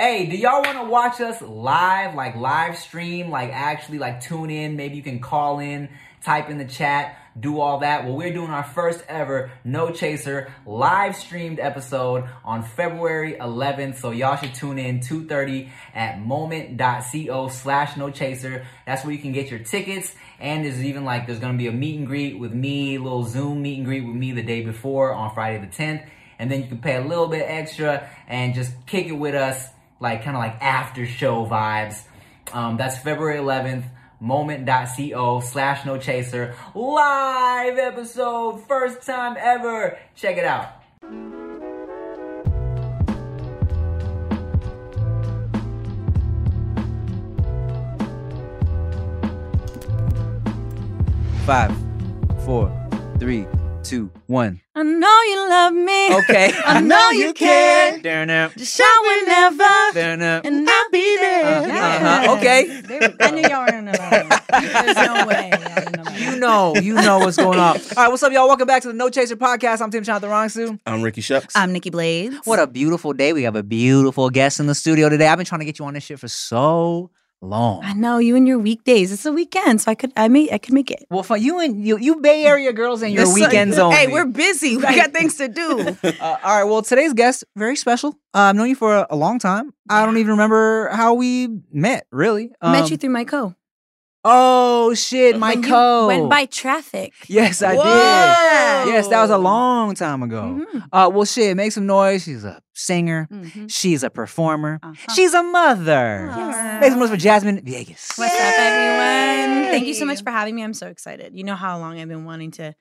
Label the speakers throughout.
Speaker 1: Hey, do y'all want to watch us live, like live stream, like actually like tune in? Maybe you can call in, type in the chat, do all that. Well, we're doing our first ever No Chaser live streamed episode on February 11th. So y'all should tune in 2.30 at moment.co slash no chaser. That's where you can get your tickets. And there's even like, there's going to be a meet and greet with me, little Zoom meet and greet with me the day before on Friday the 10th. And then you can pay a little bit extra and just kick it with us, like kind of like after show vibes. Um, that's February 11th moment.co slash no chaser live episode first time ever check it out
Speaker 2: Five, four, three, two, one.
Speaker 3: I know you love me.
Speaker 2: Okay.
Speaker 3: I know you care.
Speaker 2: Darn it.
Speaker 3: Just shout whenever,
Speaker 2: Darn it.
Speaker 3: and I'll be there.
Speaker 2: Uh-huh. Uh-huh. Okay.
Speaker 4: There we go. I knew y'all were in the There's no way. Y'all didn't know that.
Speaker 2: You know, you know what's going on. All right, what's up, y'all? Welcome back to the No Chaser podcast. I'm Tim Jonathan Rongsu.
Speaker 5: I'm Ricky Shucks.
Speaker 4: I'm Nikki Blades.
Speaker 2: What a beautiful day. We have a beautiful guest in the studio today. I've been trying to get you on this shit for so
Speaker 4: I
Speaker 2: long.
Speaker 4: know you and your weekdays. It's a weekend, so I could I may I could make it.
Speaker 2: Well, for you and you, you Bay Area girls and your
Speaker 4: There's some-
Speaker 2: weekends only.
Speaker 3: Hey, we're busy. We got things to do.
Speaker 2: Uh, all right. Well, today's guest very special. Uh, I've known you for a, a long time. I don't even remember how we met. Really,
Speaker 4: Met
Speaker 2: Um,
Speaker 4: you through my co.
Speaker 2: Oh shit, my
Speaker 4: When you
Speaker 2: co.
Speaker 4: Went by traffic.
Speaker 2: Yes, I did. Yes, that was a long time ago.
Speaker 4: Mm-hmm.
Speaker 2: Uh, well, shit, make some noise. She's a singer.
Speaker 3: Mhm.
Speaker 2: Mm-hmm. She's a performer.
Speaker 3: Uh-huh.
Speaker 2: She's a mother.
Speaker 4: Yes.
Speaker 2: Make some noise for Jasmine Vegas.
Speaker 4: What's up, everyone? Thank you so much
Speaker 3: Yay.
Speaker 4: for having me. I'm so excited. You know how long I've been wanting to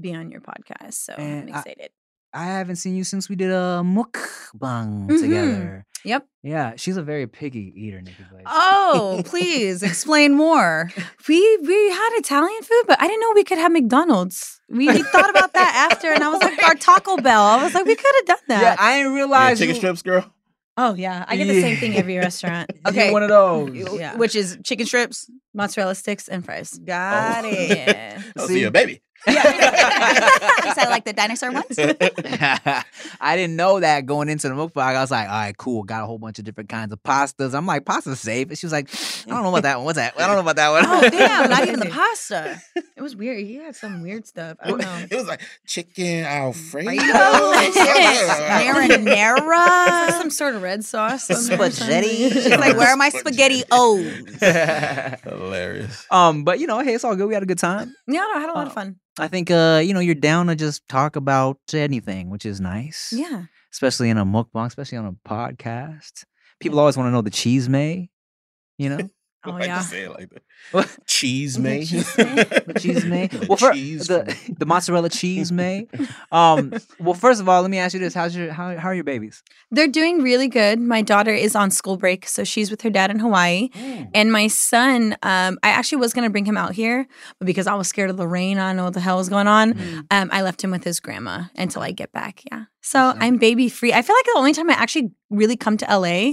Speaker 4: be on your podcast, so
Speaker 2: Man,
Speaker 4: I'm
Speaker 2: I-
Speaker 4: excited.
Speaker 2: I haven't seen you since we did a mukbang
Speaker 4: Mhm.
Speaker 2: together.
Speaker 4: Yep.
Speaker 2: Yeah, she's a very picky eater, Nikki Blades.
Speaker 3: Oh, please explain more.
Speaker 4: we we had Italian food, but I didn't know we could have McDonald's. We, we thought about that after, and I was like, our Taco Bell. I was like, we could have done that.
Speaker 2: yeah, I didn't
Speaker 5: Yeah,
Speaker 2: realize
Speaker 5: chicken
Speaker 2: you,
Speaker 5: strips, girl.
Speaker 4: oh yeah, I get the same thing every restaurant:
Speaker 2: you
Speaker 3: Okay.
Speaker 2: one of those.
Speaker 4: Yeah.
Speaker 3: Which is chicken strips.
Speaker 4: mozzarella sticks and fries.
Speaker 3: Got
Speaker 5: Oh.
Speaker 3: it.
Speaker 5: Oh,
Speaker 2: See?
Speaker 5: see, a baby.
Speaker 3: Is that like the dinosaur ones?
Speaker 2: I didn't know that going into the mukbang. I was like, all right, cool. Got a whole bunch of different kinds of pastas. I'm like, pasta's safe. And she was like, I don't know about that one. What's that? I don't know about that one.
Speaker 3: Oh damn! Not even the
Speaker 4: Crazy.
Speaker 3: pasta.
Speaker 4: It was weird. He had some weird stuff. I don't know.
Speaker 5: It was like chicken alfredo.
Speaker 3: Fritos,
Speaker 5: Something.
Speaker 3: marinara.
Speaker 4: some sort of red sauce. on there or
Speaker 3: Spaghetti.
Speaker 4: something.
Speaker 3: She's like, where are my spaghetti O's?
Speaker 5: Hilarious.
Speaker 2: um, but you know, hey, it's all good. We had a good time.
Speaker 4: Yeah, no, I had a lot of
Speaker 2: Oh.
Speaker 4: fun.
Speaker 2: I think uh, you know, you're down to just talk about anything, which is nice.
Speaker 4: Yeah.
Speaker 2: Especially in a mukbang, especially on a podcast. People always want to know the cheese may, you know?
Speaker 4: Oh,
Speaker 5: like
Speaker 4: yeah.
Speaker 5: You say it like that.
Speaker 2: What?
Speaker 5: cheese
Speaker 4: Mhm,
Speaker 5: may.
Speaker 4: cheese may.
Speaker 2: The cheese may.
Speaker 5: The
Speaker 2: Well, fir-
Speaker 5: cheese
Speaker 2: the, the mozzarella cheese may. Um, well, first of all, let me ask you this: How's your how, how are your babies?
Speaker 4: They're doing really good. My daughter is on school break, so she's with her dad in Hawaii. And my son, um, I actually was going to bring him out here, but because I was scared of the rain, I don't know what the hell was going on.
Speaker 3: Mm.
Speaker 4: Um, I left him with his grandma until I get back. Yeah. So
Speaker 2: Awesome.
Speaker 4: I'm baby free. I feel like the only time I actually really come to LA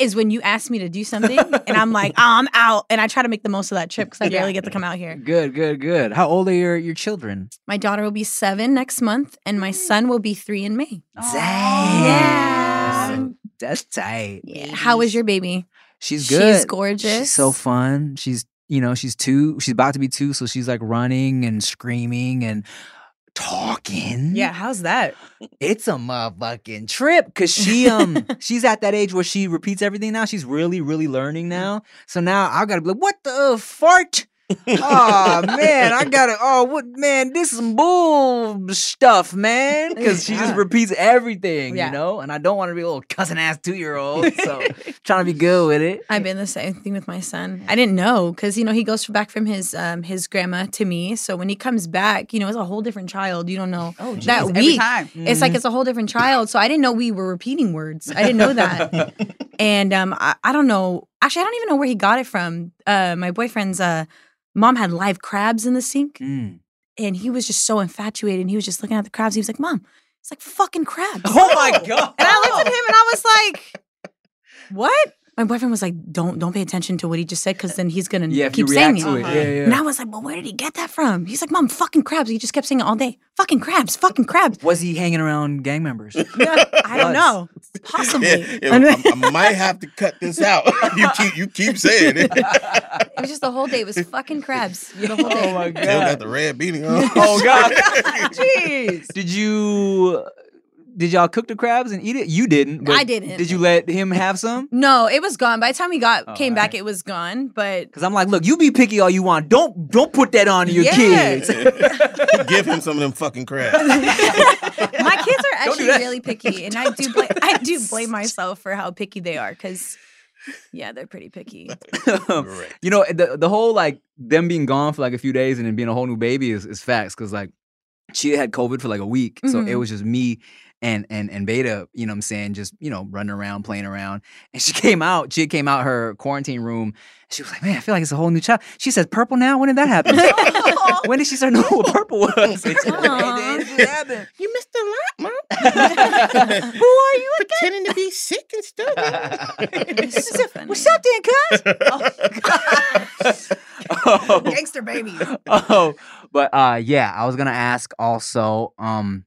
Speaker 4: is when you ask me to do something and I'm like, oh, I'm out. And I try to make the most of that trip because I
Speaker 3: Yeah.
Speaker 4: barely get to come out here.
Speaker 2: Good, good, good. How old are your your children?
Speaker 4: My daughter will be seven next month and my son will be three in May.
Speaker 2: Dang.
Speaker 4: Yeah.
Speaker 2: That's tight.
Speaker 4: Yeah. How is your baby?
Speaker 2: She's good.
Speaker 4: She's gorgeous.
Speaker 2: She's so fun. She's you know she's two. She's about to be two, so she's like running and screaming and talking.
Speaker 6: Yeah, how's that?
Speaker 2: it's a motherfucking trip because she um she's at that age where she repeats everything now. She's really really learning
Speaker 6: Mm-hmm.
Speaker 2: now. So now I gotta be like, what the fart? oh man, I gotta. Oh what man, this is some bull stuff, man. Because she just
Speaker 6: Yeah.
Speaker 2: repeats everything,
Speaker 6: Yeah.
Speaker 2: you know. And I don't want to be a little cousin ass two year old. So trying to be good with it.
Speaker 4: I've been the same thing with my son. I didn't know because you know he goes back from his um his grandma to me. So when he comes back, you know it's a whole different child. You don't know
Speaker 6: Oh, geez.
Speaker 4: that
Speaker 3: Every
Speaker 4: week.
Speaker 3: time.
Speaker 4: It's
Speaker 2: Mm-hmm.
Speaker 4: like it's a whole different child. So I didn't know we were repeating words. I didn't know that. and um, I, I don't know. Actually, I don't even know where he got it from. Uh, my boyfriend's uh, mom had live crabs in the sink,
Speaker 2: Mm.
Speaker 4: and he was just so infatuated. He was just looking at the crabs. He was like, "Mom, it's like fucking crabs."
Speaker 2: Oh my god!
Speaker 4: And I looked at him and I was like, "What?" My boyfriend was like, "Don't don't pay attention to what he just said because then he's gonna
Speaker 2: Yeah, if
Speaker 4: keep
Speaker 2: you
Speaker 4: saying
Speaker 2: react to it,
Speaker 6: Uh-huh.
Speaker 2: yeah, yeah.
Speaker 4: And I was like, "Well, where did he get that from?" He's like, "Mom, fucking crabs." He just kept saying it all day. Fucking crabs. Fucking crabs.
Speaker 2: Was he hanging around gang members? Oh
Speaker 4: I
Speaker 2: Was.
Speaker 4: don't know.
Speaker 5: Yeah,
Speaker 4: Possibly.
Speaker 5: yeah, I, I might have to cut this out. you keep you keep saying it.
Speaker 4: It was just the whole day. It was fucking crabs. The whole day.
Speaker 2: oh my
Speaker 5: Still got
Speaker 2: god!
Speaker 5: the red beanie on.
Speaker 2: Oh god!
Speaker 6: Jeez.
Speaker 2: Did you did y'all cook the crabs and eat it? You didn't. but
Speaker 4: I didn't.
Speaker 2: Did you let him have some?
Speaker 4: No, it was gone. By the time we got
Speaker 2: Oh,
Speaker 4: came
Speaker 2: all
Speaker 4: back,
Speaker 2: right.
Speaker 4: it was gone. But
Speaker 2: Cause I'm like, look, you be picky all you want. Don't don't put that on your
Speaker 6: Yeah.
Speaker 2: kids.
Speaker 5: Oh, Give him some of them fucking crabs.
Speaker 4: my kids are actually
Speaker 2: that.
Speaker 4: really picky, and I do bla- I do blame myself for how picky they are because yeah, they're pretty picky.
Speaker 5: Great.
Speaker 2: you know, the the whole like them being gone for like a few days and then being a whole new baby is, is facts. Cause like she had COVID for like a week. So it
Speaker 4: Mhm.
Speaker 2: was just me and and and Beta, you know what I'm saying, just, you know, running around, playing around. And she came out, she came out her quarantine room. She was like, Man, I feel like it's a whole new child. She says purple now? When did that happen? when did she start knowing what purple was? It just-
Speaker 4: Aw.
Speaker 2: it just happened.
Speaker 5: You missed a lot, mom. Who are you Pretending to be sick and stupid.
Speaker 4: It's so funny.
Speaker 2: then, cuz? oh,
Speaker 6: Gangster baby.
Speaker 2: oh, but uh, yeah, I was gonna ask also, um,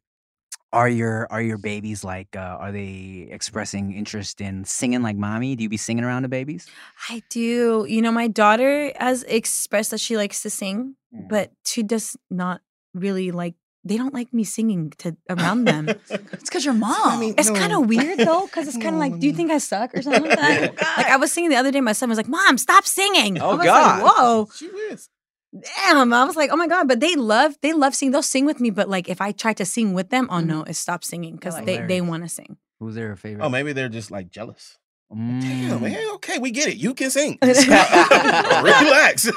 Speaker 2: are your are your babies like uh, are they expressing interest in singing like mommy? Do you be singing around the babies?
Speaker 4: I do. You know, my daughter has expressed that she likes to sing,
Speaker 2: Mm,
Speaker 4: but she does not really like. They don't like me singing to around them. Oh,
Speaker 3: It's because your mom.
Speaker 5: I mean,
Speaker 4: It's
Speaker 5: no.
Speaker 4: kind of weird though, because it's kind of like, do you think I suck or something like that? Like I was singing the other day, my son was like, "Mom, stop singing!"
Speaker 2: Oh,
Speaker 4: I was
Speaker 2: God.
Speaker 4: Like, Whoa,
Speaker 5: She is.
Speaker 4: damn! I was like, "Oh my God!" But they love, they love singing. They'll sing with me, but like if I try to sing with them, oh no, it's stop singing because
Speaker 6: They're like-
Speaker 4: they they
Speaker 2: Mm-hmm. Hilarious.
Speaker 4: want to sing.
Speaker 2: Who's their favorite?
Speaker 5: Oh, maybe they're just like jealous. Damn,
Speaker 2: Mm.
Speaker 5: man. Okay, we get it. You can sing. uh, Relax.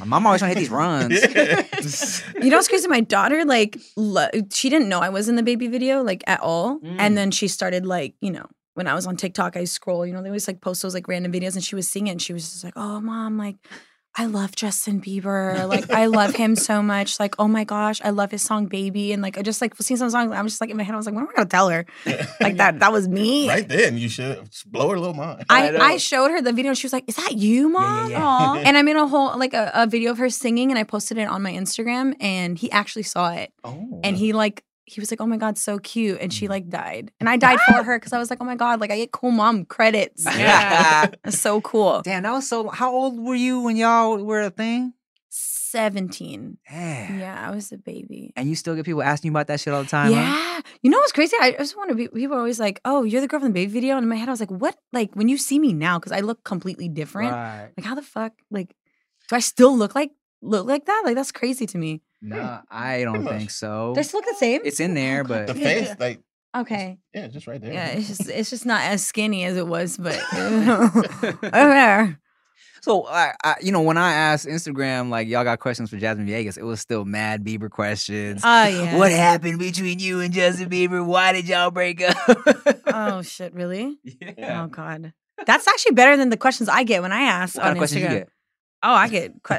Speaker 2: My mom always trying to hit these runs.
Speaker 4: You know what's crazy? My daughter, like, lo- she didn't know I was in the baby video, like, at all.
Speaker 2: Mm.
Speaker 4: And then she started, like, you know, when I was on TikTok, I scroll, you know, they always like post those like random videos and she was singing. She was just like, oh, mom, like, I love Justin Bieber. Like, I love him so much. Like, oh my gosh, I love his song Baby. And like, I just like seen some songs. I'm just like, in my head, I was like, when am I going to tell her? Like, that that was me.
Speaker 5: Right then, you should blow her little mind.
Speaker 4: I,
Speaker 2: I know.
Speaker 4: I showed her the video and she was like, Is that you, mom?
Speaker 2: yeah.
Speaker 4: Aw. And I made a whole, like, a, a video of her singing and I posted it on my Instagram and he actually saw it
Speaker 2: Oh.
Speaker 4: and he like he was like, "Oh my god, so cute," and
Speaker 2: Mm-hmm.
Speaker 4: she like died, and I died for her because I was like, "Oh my god, like I get cool mom credits,
Speaker 6: Yeah.
Speaker 4: That's so cool."
Speaker 2: Damn, that was so. How old were you when y'all were a thing?
Speaker 4: Seventeen,
Speaker 2: Yeah.
Speaker 4: yeah, I was a baby.
Speaker 2: And you still get people asking you about that shit all the time. huh?
Speaker 4: yeah, you know what's crazy? I just want to be. People are always like, "Oh, you're the girl from the baby video," and in my head, I was like, "What?" Like when you see me now, because I look completely different.
Speaker 2: Right.
Speaker 4: Like how the fuck? Like do I still look like look like that? Like that's crazy to me.
Speaker 2: Nah, I don't
Speaker 5: Hmm. much.
Speaker 2: think so.
Speaker 4: Do I still look the same?
Speaker 2: It's in there,
Speaker 5: The
Speaker 2: but
Speaker 5: face, like,
Speaker 4: okay.
Speaker 5: yeah, just right there.
Speaker 4: Yeah, it's just it's just not as skinny as it was, but Oh, okay.
Speaker 2: so I, I, you know, when I asked Instagram, like y'all got questions for Jasmine Vegas, it was still Mad Bieber questions.
Speaker 4: Oh yeah.
Speaker 2: What happened between you and Justin Bieber? Why did y'all break up?
Speaker 4: Oh shit! Really?
Speaker 2: yeah.
Speaker 4: Oh god. That's actually better than the questions I get when I ask
Speaker 2: What kind
Speaker 4: on
Speaker 2: of questions you
Speaker 4: Instagram.
Speaker 2: get?
Speaker 4: Oh, I get. Que-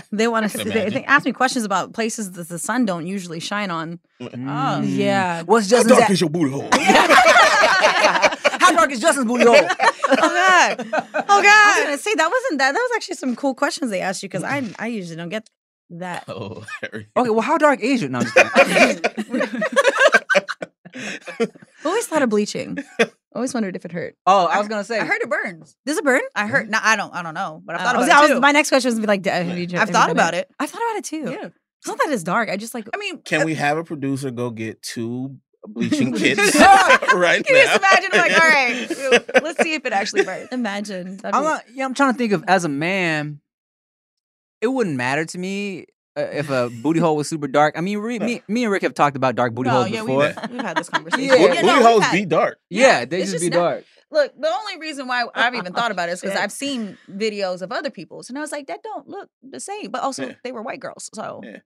Speaker 4: they want to.
Speaker 5: can
Speaker 4: They,
Speaker 5: imagine.
Speaker 4: they ask me questions about places that the sun don't usually shine on.
Speaker 6: Oh.
Speaker 2: Mm.
Speaker 4: Yeah.
Speaker 2: What's
Speaker 5: How
Speaker 2: Justin's?
Speaker 5: dark
Speaker 2: a-
Speaker 5: is your booty hole?
Speaker 2: How dark is Justin's booty hole?
Speaker 4: Oh god. Oh god. I was gonna say that wasn't that. That was actually some cool questions they asked you because I I usually don't get that.
Speaker 5: Oh, Larry.
Speaker 2: Okay, well, how dark is it? No, I'm just kidding.
Speaker 4: I've always thought of bleaching. Always wondered if it hurt.
Speaker 2: Oh, I was gonna say.
Speaker 3: I heard it burns.
Speaker 4: Does it burn?
Speaker 3: I heard. No, I don't. I don't know, but I
Speaker 4: Oh,
Speaker 3: thought
Speaker 4: I was-
Speaker 3: about
Speaker 4: I
Speaker 3: it
Speaker 4: was-
Speaker 3: too.
Speaker 4: my next question was gonna be like, d- have you,
Speaker 3: I've thought about it.
Speaker 4: I've thought about it too.
Speaker 3: Yeah.
Speaker 4: It's not that it's dark. I just like.
Speaker 3: I mean,
Speaker 5: Can we have a producer go get two bleaching kits right
Speaker 3: Can
Speaker 5: now?
Speaker 3: you just imagine? Like, all right, let's see if it actually burns.
Speaker 4: Imagine. That'd
Speaker 2: I'm
Speaker 4: be-
Speaker 2: not, yeah, I'm trying to think of as a man. It wouldn't matter to me uh, if a booty hole was super dark. I mean, re, me, me and Rick have talked about dark
Speaker 6: Oh,
Speaker 2: booty holes
Speaker 3: Oh, yeah,
Speaker 2: before.
Speaker 3: we've, we've had this conversation.
Speaker 2: Yeah.
Speaker 5: Bo-
Speaker 3: no,
Speaker 2: Yeah,
Speaker 5: booty
Speaker 3: we've
Speaker 5: holes
Speaker 3: had-
Speaker 5: be dark.
Speaker 2: Yeah,
Speaker 3: Yeah,
Speaker 2: they
Speaker 3: it's
Speaker 2: just,
Speaker 3: just
Speaker 2: be
Speaker 3: not-
Speaker 2: dark.
Speaker 3: Look, the only reason why I've even thought about it is because
Speaker 4: Shit.
Speaker 3: I've seen videos of other people's, and I was like, that don't look the same. But also,
Speaker 5: Yeah.
Speaker 3: they were white girls, so
Speaker 5: Yeah.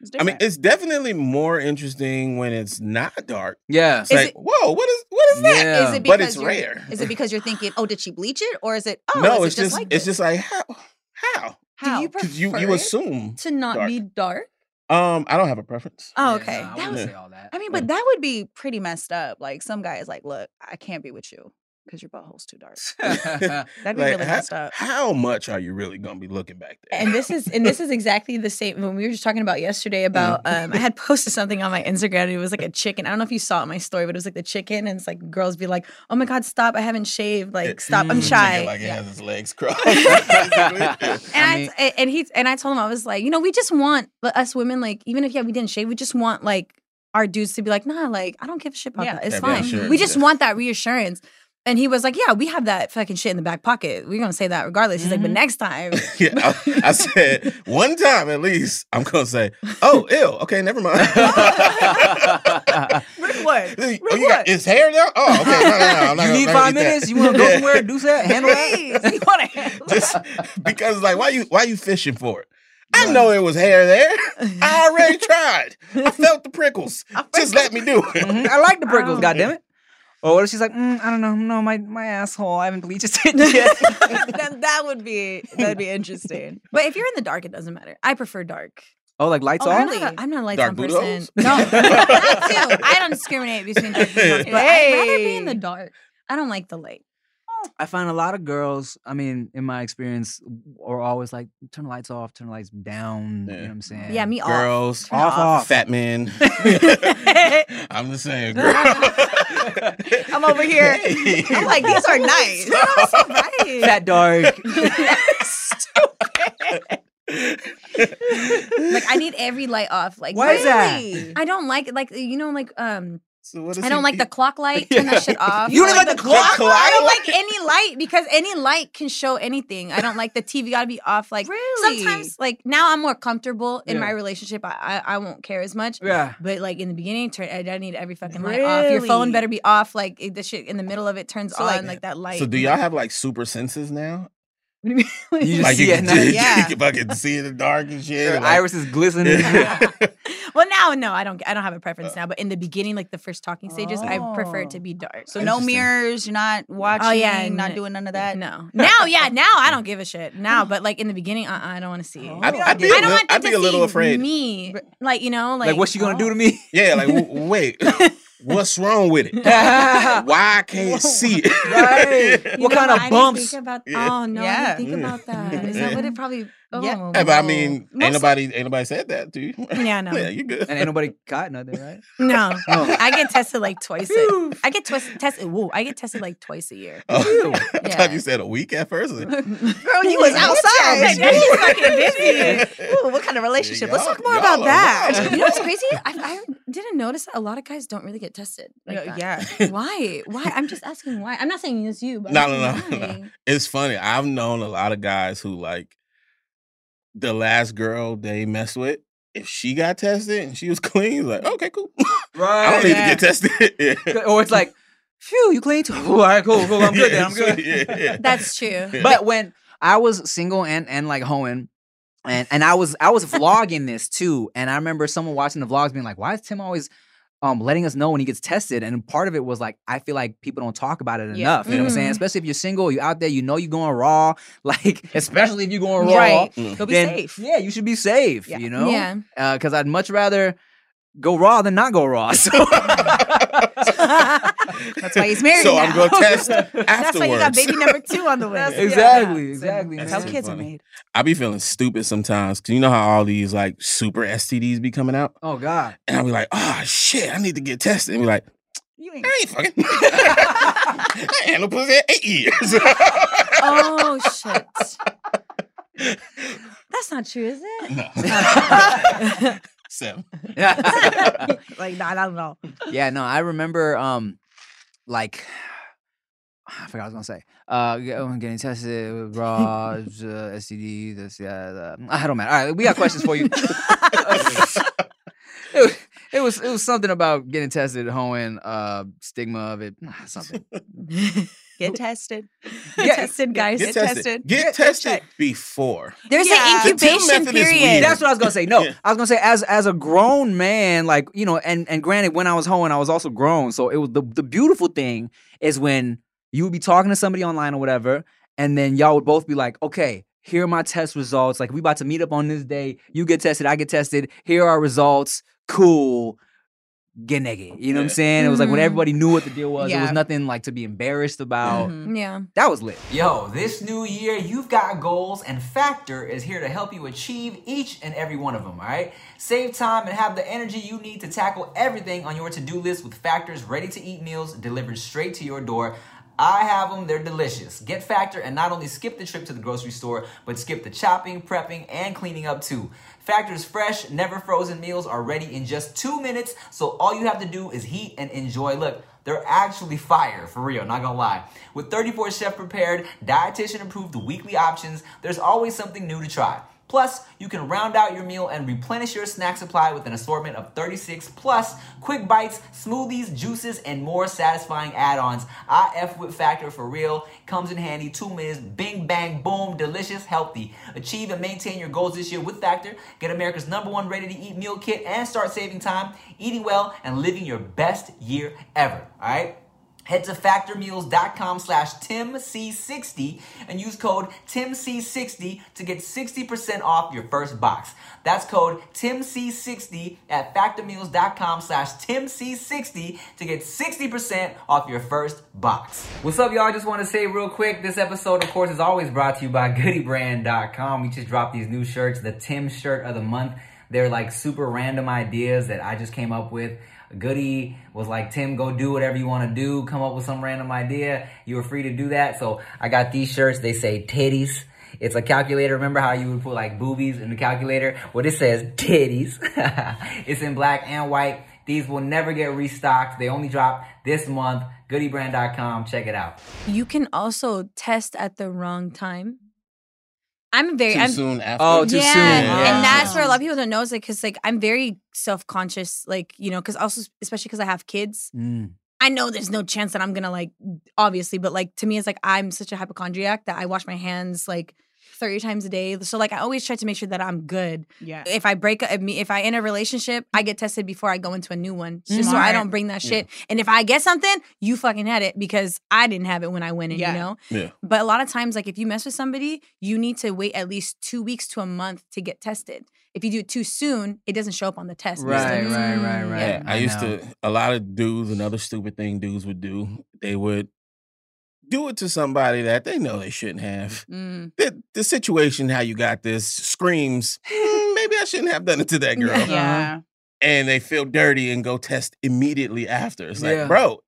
Speaker 3: it's
Speaker 5: I mean,
Speaker 3: different.
Speaker 5: it's definitely more interesting when it's not dark.
Speaker 2: Yeah.
Speaker 5: It's
Speaker 3: Is
Speaker 5: like,
Speaker 3: it-
Speaker 5: whoa, what is what is that?
Speaker 2: yeah.
Speaker 3: is it because
Speaker 5: But it's
Speaker 3: you're,
Speaker 5: rare.
Speaker 3: Is it because you're thinking, oh, did she bleach it, or is it? Oh,
Speaker 5: no,
Speaker 3: is
Speaker 5: it's
Speaker 3: it
Speaker 5: just
Speaker 3: like this?
Speaker 5: it's just like how how
Speaker 3: How?
Speaker 4: Do you
Speaker 5: 'Cause
Speaker 4: prefer
Speaker 5: you you
Speaker 4: it
Speaker 5: assume.
Speaker 4: to not be dark?
Speaker 5: Um, I don't have a preference.
Speaker 2: Yeah,
Speaker 4: Oh,
Speaker 2: no,
Speaker 4: okay.
Speaker 2: I
Speaker 3: That
Speaker 2: wouldn't
Speaker 5: was-
Speaker 2: say all that.
Speaker 3: I mean, but that would be pretty messed up. Like some guy is like, look, I can't be with you because your butthole's too dark. That'd be
Speaker 5: Like,
Speaker 3: really
Speaker 5: how,
Speaker 3: messed up.
Speaker 5: how much are you really gonna be looking back there?
Speaker 4: and this is and this is exactly the same when we were just talking about yesterday about
Speaker 5: Mm.
Speaker 4: um I had posted something on my Instagram and it was like a chicken. I don't know if you saw it in my story, but it was like the chicken and it's like girls be like, "Oh my god, stop. I haven't shaved. Like stop. I'm
Speaker 2: Mm.
Speaker 4: shy."
Speaker 5: Like it
Speaker 3: Yeah.
Speaker 5: has its legs crossed.
Speaker 4: And I,
Speaker 2: I mean-
Speaker 4: and- and he and I told him I was like, "You know, we just want but us women like even if yeah, we didn't shave, we just want like our dudes to be like, "Nah, like I don't give a shit about
Speaker 3: Yeah.
Speaker 4: that. It's
Speaker 5: Yeah,
Speaker 4: fine."
Speaker 5: reassurance,
Speaker 4: We just
Speaker 5: yeah.
Speaker 4: want that reassurance. And he was like, "Yeah, we have that fucking shit in the back pocket. We're going to say that regardless." He's like, "But
Speaker 3: Mhm.
Speaker 4: next time,
Speaker 5: yeah, I, I said one time at least. I'm gonna say, oh, ew. Okay, never mind.
Speaker 3: Rick Wood.
Speaker 5: oh,
Speaker 3: Rick
Speaker 5: you got
Speaker 3: Wood.
Speaker 5: his hair now? Oh, okay. No, no, no, I'm not
Speaker 2: you
Speaker 5: gonna-
Speaker 2: need five
Speaker 5: not gonna eat that.
Speaker 2: minutes? You want to go
Speaker 5: Yeah.
Speaker 2: somewhere, do that, handle that?
Speaker 3: Please, you want to
Speaker 5: Just because, like, why you why you fishing for it? I know it was hair there. I already tried. I felt the prickles. Just let me do it.
Speaker 2: Mhm, I like the prickles,
Speaker 3: Oh.
Speaker 2: goddammit. Or what if she's like, mm, I don't know, no, my, my asshole, I haven't bleached it yet.
Speaker 3: then that would be that'd be interesting.
Speaker 4: But if you're in the dark, it doesn't matter. I prefer dark.
Speaker 2: oh, like lights
Speaker 4: Oh,
Speaker 2: on?
Speaker 4: I'm, not a, I'm not a lights
Speaker 5: Dark
Speaker 4: on
Speaker 5: blue
Speaker 4: person.
Speaker 5: holes?
Speaker 4: No, not too. I don't discriminate between dark and dark, but I'd rather be in the
Speaker 3: Hey.
Speaker 4: dark. I don't like the light.
Speaker 2: I find a lot of girls, I mean, in my experience, are always like, turn the lights off, turn the lights down. You know
Speaker 5: Yeah.
Speaker 2: what I'm saying?
Speaker 4: Yeah, me all.
Speaker 5: Girls,
Speaker 2: Off, off.
Speaker 5: fat men. I'm just saying, girl.
Speaker 3: I'm over here.
Speaker 5: Hey.
Speaker 3: I'm like, these are nice.
Speaker 2: Fat dark.
Speaker 4: Like I need every light off. Like
Speaker 2: Why is that?
Speaker 3: Really?
Speaker 4: I don't like like you know like um
Speaker 5: So what is
Speaker 4: I don't
Speaker 5: he-
Speaker 4: like the clock light. Turn that shit off.
Speaker 2: You don't
Speaker 4: I
Speaker 2: like the clock
Speaker 4: I don't
Speaker 5: light?
Speaker 4: like any light because any light can show anything. I don't like the TV got to be off. Like
Speaker 3: Really?
Speaker 4: sometimes like now I'm more comfortable in
Speaker 2: Yeah.
Speaker 4: my relationship. I, I I won't care as much.
Speaker 2: yeah.
Speaker 4: But like in the beginning, turn. I I need every fucking light off. Your phone
Speaker 3: Really?
Speaker 4: better be off. Like it- the shit in the middle of it turns
Speaker 3: So,
Speaker 4: on.
Speaker 3: like-
Speaker 4: Like, that light.
Speaker 5: So do y'all have like super senses now?
Speaker 2: You just
Speaker 5: Like you
Speaker 2: see it
Speaker 5: can,
Speaker 2: now.
Speaker 5: you
Speaker 3: Yeah.
Speaker 5: can fucking see in the dark and shit.
Speaker 2: Your
Speaker 5: and, like-
Speaker 2: iris is glistening.
Speaker 4: well, now no, I don't. I don't have a preference now. But in the beginning, like the first talking stages, I prefer it to
Speaker 3: Oh.
Speaker 4: be dark.
Speaker 3: So no
Speaker 5: Interesting.
Speaker 3: mirrors. You're not
Speaker 4: Oh,
Speaker 3: watching.
Speaker 4: and-
Speaker 3: not doing none of that.
Speaker 4: no. Now, yeah, now I don't give a shit. Now, but like in the beginning, uh-uh, I don't want to see.
Speaker 3: Oh.
Speaker 4: It.
Speaker 5: I'd,
Speaker 3: I
Speaker 5: I'd be,
Speaker 3: did.
Speaker 5: a
Speaker 4: I don't
Speaker 5: little,
Speaker 4: want them
Speaker 5: I'd
Speaker 4: to
Speaker 5: be a little
Speaker 4: see
Speaker 5: afraid.
Speaker 4: me. Like you know, like,
Speaker 2: like, what's she going to do to me?
Speaker 5: Yeah, like w- wait, what's wrong with it?
Speaker 3: oh.
Speaker 2: right?
Speaker 5: Why I can't see it?
Speaker 4: Uh, you
Speaker 2: What
Speaker 4: know
Speaker 2: kind
Speaker 4: I
Speaker 2: of
Speaker 4: didn't
Speaker 2: bumps?
Speaker 4: Think about,
Speaker 5: Yeah.
Speaker 4: Oh no, I
Speaker 3: Yeah.
Speaker 4: didn't think
Speaker 5: Yeah.
Speaker 4: about that. Is that what it probably? Oh,
Speaker 3: Yeah.
Speaker 5: Yeah, but I
Speaker 4: whoa.
Speaker 5: mean,
Speaker 4: Most-
Speaker 5: ain't nobody, ain't nobody said that to you.
Speaker 4: Yeah, no.
Speaker 5: yeah, you good.
Speaker 2: And ain't nobody caught nothing, right?
Speaker 4: No,
Speaker 2: Oh.
Speaker 4: I get tested like twice. A, I get twisted, tested. Whoa, I get tested like twice a year.
Speaker 5: Oh, I
Speaker 4: Yeah.
Speaker 5: thought you said a week at first.
Speaker 3: Girl, you was outside.
Speaker 4: Like, that shit's fucking busy.
Speaker 3: Ooh, what kind of relationship? Let's
Speaker 5: Y'all-
Speaker 3: talk more
Speaker 5: y'all
Speaker 3: about
Speaker 5: are
Speaker 3: that.
Speaker 5: wild.
Speaker 4: You know what's crazy? I, I didn't notice that a lot of guys don't really get tested. Like that.
Speaker 3: yeah.
Speaker 4: Why? Why? I'm just asking why. I'm not saying it's you, but
Speaker 5: No,
Speaker 4: I'm
Speaker 5: no,
Speaker 4: saying
Speaker 5: no,
Speaker 4: why?
Speaker 5: It's funny. I've known a lot of guys who like the last girl they messed with. If she got tested and she was clean, like okay, cool. I don't need
Speaker 3: yeah.
Speaker 5: to get tested. Yeah.
Speaker 2: Or it's like, phew, you clean too. All right, cool, cool. I'm good then. I'm good.
Speaker 5: Yeah, yeah.
Speaker 4: That's true.
Speaker 2: But when I was single and and like hoeing, and and I was I was vlogging this too, and I remember someone watching the vlogs being like, "Why is Tim always um letting us know when he gets tested?" And part of it was like, I feel like people don't talk about it
Speaker 3: Yeah. Mm-hmm.
Speaker 2: enough. You know what I'm saying?
Speaker 4: Mhm.
Speaker 2: Especially if you're single, you're out there, you know you're going raw. Like especially if you're going raw,
Speaker 3: Right.
Speaker 5: Mm.
Speaker 3: Go be
Speaker 2: then-
Speaker 3: safe.
Speaker 2: Yeah, you should be safe.
Speaker 3: Yeah.
Speaker 2: You know?
Speaker 4: Yeah.
Speaker 7: uh,
Speaker 2: Because I'd much rather go raw than not go raw. So.
Speaker 3: That's why he's married
Speaker 5: So
Speaker 3: now.
Speaker 5: I'm going to test afterwards.
Speaker 4: That's why you got baby number two on the way.
Speaker 3: That's-
Speaker 2: exactly,
Speaker 3: Yeah.
Speaker 2: exactly,
Speaker 5: That's
Speaker 3: That's how
Speaker 5: so
Speaker 2: man.
Speaker 3: kids are
Speaker 5: funny.
Speaker 3: made.
Speaker 5: I be feeling stupid sometimes because you know how all these like super STDs be coming out,
Speaker 2: Oh God.
Speaker 5: "Ah, and I be like, "Oh shit, I need to get tested." And be like,
Speaker 6: You ain't.
Speaker 5: I ain't fucking. I ain't no pussy in eight years.
Speaker 6: oh shit. That's not true, is it?
Speaker 5: no. Seven.
Speaker 6: like, nah, not at all.
Speaker 7: yeah, no, I remember um like I forgot what I was gonna say. Uh, g- oh, getting tested, raw, uh, STD, this, yeah, that. I don't matter. All right, we got questions for you. it, was, it was it was something about getting tested, hoeing, uh, stigma of it, something.
Speaker 6: Get tested.
Speaker 7: Yeah.
Speaker 4: tested, guys.
Speaker 5: Get tested. Get, tested before.
Speaker 4: There's
Speaker 6: Yeah.
Speaker 4: an
Speaker 6: The
Speaker 5: Tim
Speaker 4: incubation
Speaker 5: method is
Speaker 4: period.
Speaker 5: weird.
Speaker 7: That's what I was gonna say. No,
Speaker 5: Yeah.
Speaker 7: I was gonna say as as a grown man, like you know, and and granted, when I was hoeing, I was also grown. So it was the the beautiful thing is when you would be talking to somebody online or whatever, and then y'all would both be like, okay. Here are my test results. Like we about to meet up on this day. You get tested, I get tested. Here are our results. Cool. Get naked. You know what I'm
Speaker 5: Yeah.
Speaker 7: saying? It was like when
Speaker 4: Mhm.
Speaker 7: everybody knew what the deal was. There was
Speaker 6: Yeah.
Speaker 7: nothing like to be embarrassed about.
Speaker 6: Mhm.
Speaker 4: Yeah.
Speaker 7: That was lit.
Speaker 2: Yo, this new year, you've got goals, and Factor is here to help you achieve each and every one of them, all right? Save time and have the energy you need to tackle everything on your to do list with Factor's ready to eat meals delivered straight to your door. I have them, they're delicious. Get Factor and not only skip the trip to the grocery store, but skip the chopping, prepping, and cleaning up too. Factor's fresh, never frozen meals are ready in just two minutes, so all you have to do is heat and enjoy. Look, they're actually fire, for real, not gonna lie. With 34 chef prepared, dietitian approved weekly options, there's always something new to try. Plus, you can round out your meal and replenish your snack supply with an assortment of 36 plus quick bites, smoothies, juices, and more satisfying add ons. I F with Factor for real. Comes in handy two minutes. Bing, bang, boom. Delicious, healthy. Achieve and maintain your goals this year with Factor. Get America's number one ready to eat meal kit and start saving time, eating well, and living your best year ever. All right? Head to factormeals.com slash timc60 and use code timc60 to get 60% off your first box. That's code timc60 at factormeals.com slash timc60 to get 60% off your first box. What's up, y'all? Just want to say real quick, this episode, of course, is always brought to you by goodybrand.com. We just dropped these new shirts, the Tim shirt of the month. They're like super random ideas that I just came up with. Goody was like, Tim, go do whatever you want to do. Come up with some random idea. You were free to do that. So I got these shirts. They say titties. It's a calculator. Remember how you would put like boobies in the calculator? Well, this says titties. it's in black and white. These will never get restocked. They only drop this month. Goodybrand.com. Check it out.
Speaker 4: You can also test at the wrong time. I'm very
Speaker 5: Too
Speaker 4: I'm
Speaker 5: soon after.
Speaker 7: Oh, too
Speaker 4: yeah.
Speaker 7: soon.
Speaker 4: And that's where a
Speaker 6: Yeah.
Speaker 4: lot of people don't know is like because like I'm very self conscious, like you know, because also especially because I have kids.
Speaker 7: Mm.
Speaker 4: I know there's no chance that I'm gonna like obviously, but like to me it's like I'm such a hypochondriac that I wash my hands like. 30 times a day. So like I always try to make sure that I'm good.
Speaker 6: Yeah.
Speaker 4: If I break up if I in a relationship, I get tested before I go into a new one. Just so I
Speaker 6: Smart.
Speaker 4: don't bring that shit. And if I get something, you fucking had it because I didn't have it when I went in,
Speaker 6: Yeah.
Speaker 4: you know?
Speaker 5: Yeah.
Speaker 4: But a lot of times, like if you mess with somebody, you need to wait at least two weeks to a month to get tested. If you do it too soon, it doesn't show up on the test.
Speaker 7: Right,
Speaker 4: system.
Speaker 7: right, right,
Speaker 4: Mm,
Speaker 7: right.
Speaker 4: yeah.
Speaker 5: I, used
Speaker 7: know.
Speaker 5: to a lot of dudes. Another stupid thing dudes would do. They would do it to somebody that they know they shouldn't have.
Speaker 6: Mm.
Speaker 5: The, the situation, how you got this, screams. "Hmm, Maybe I shouldn't have done it to that girl.
Speaker 6: Yeah.
Speaker 5: And they feel dirty and go test immediately after. It's like,
Speaker 7: Yeah.
Speaker 5: bro,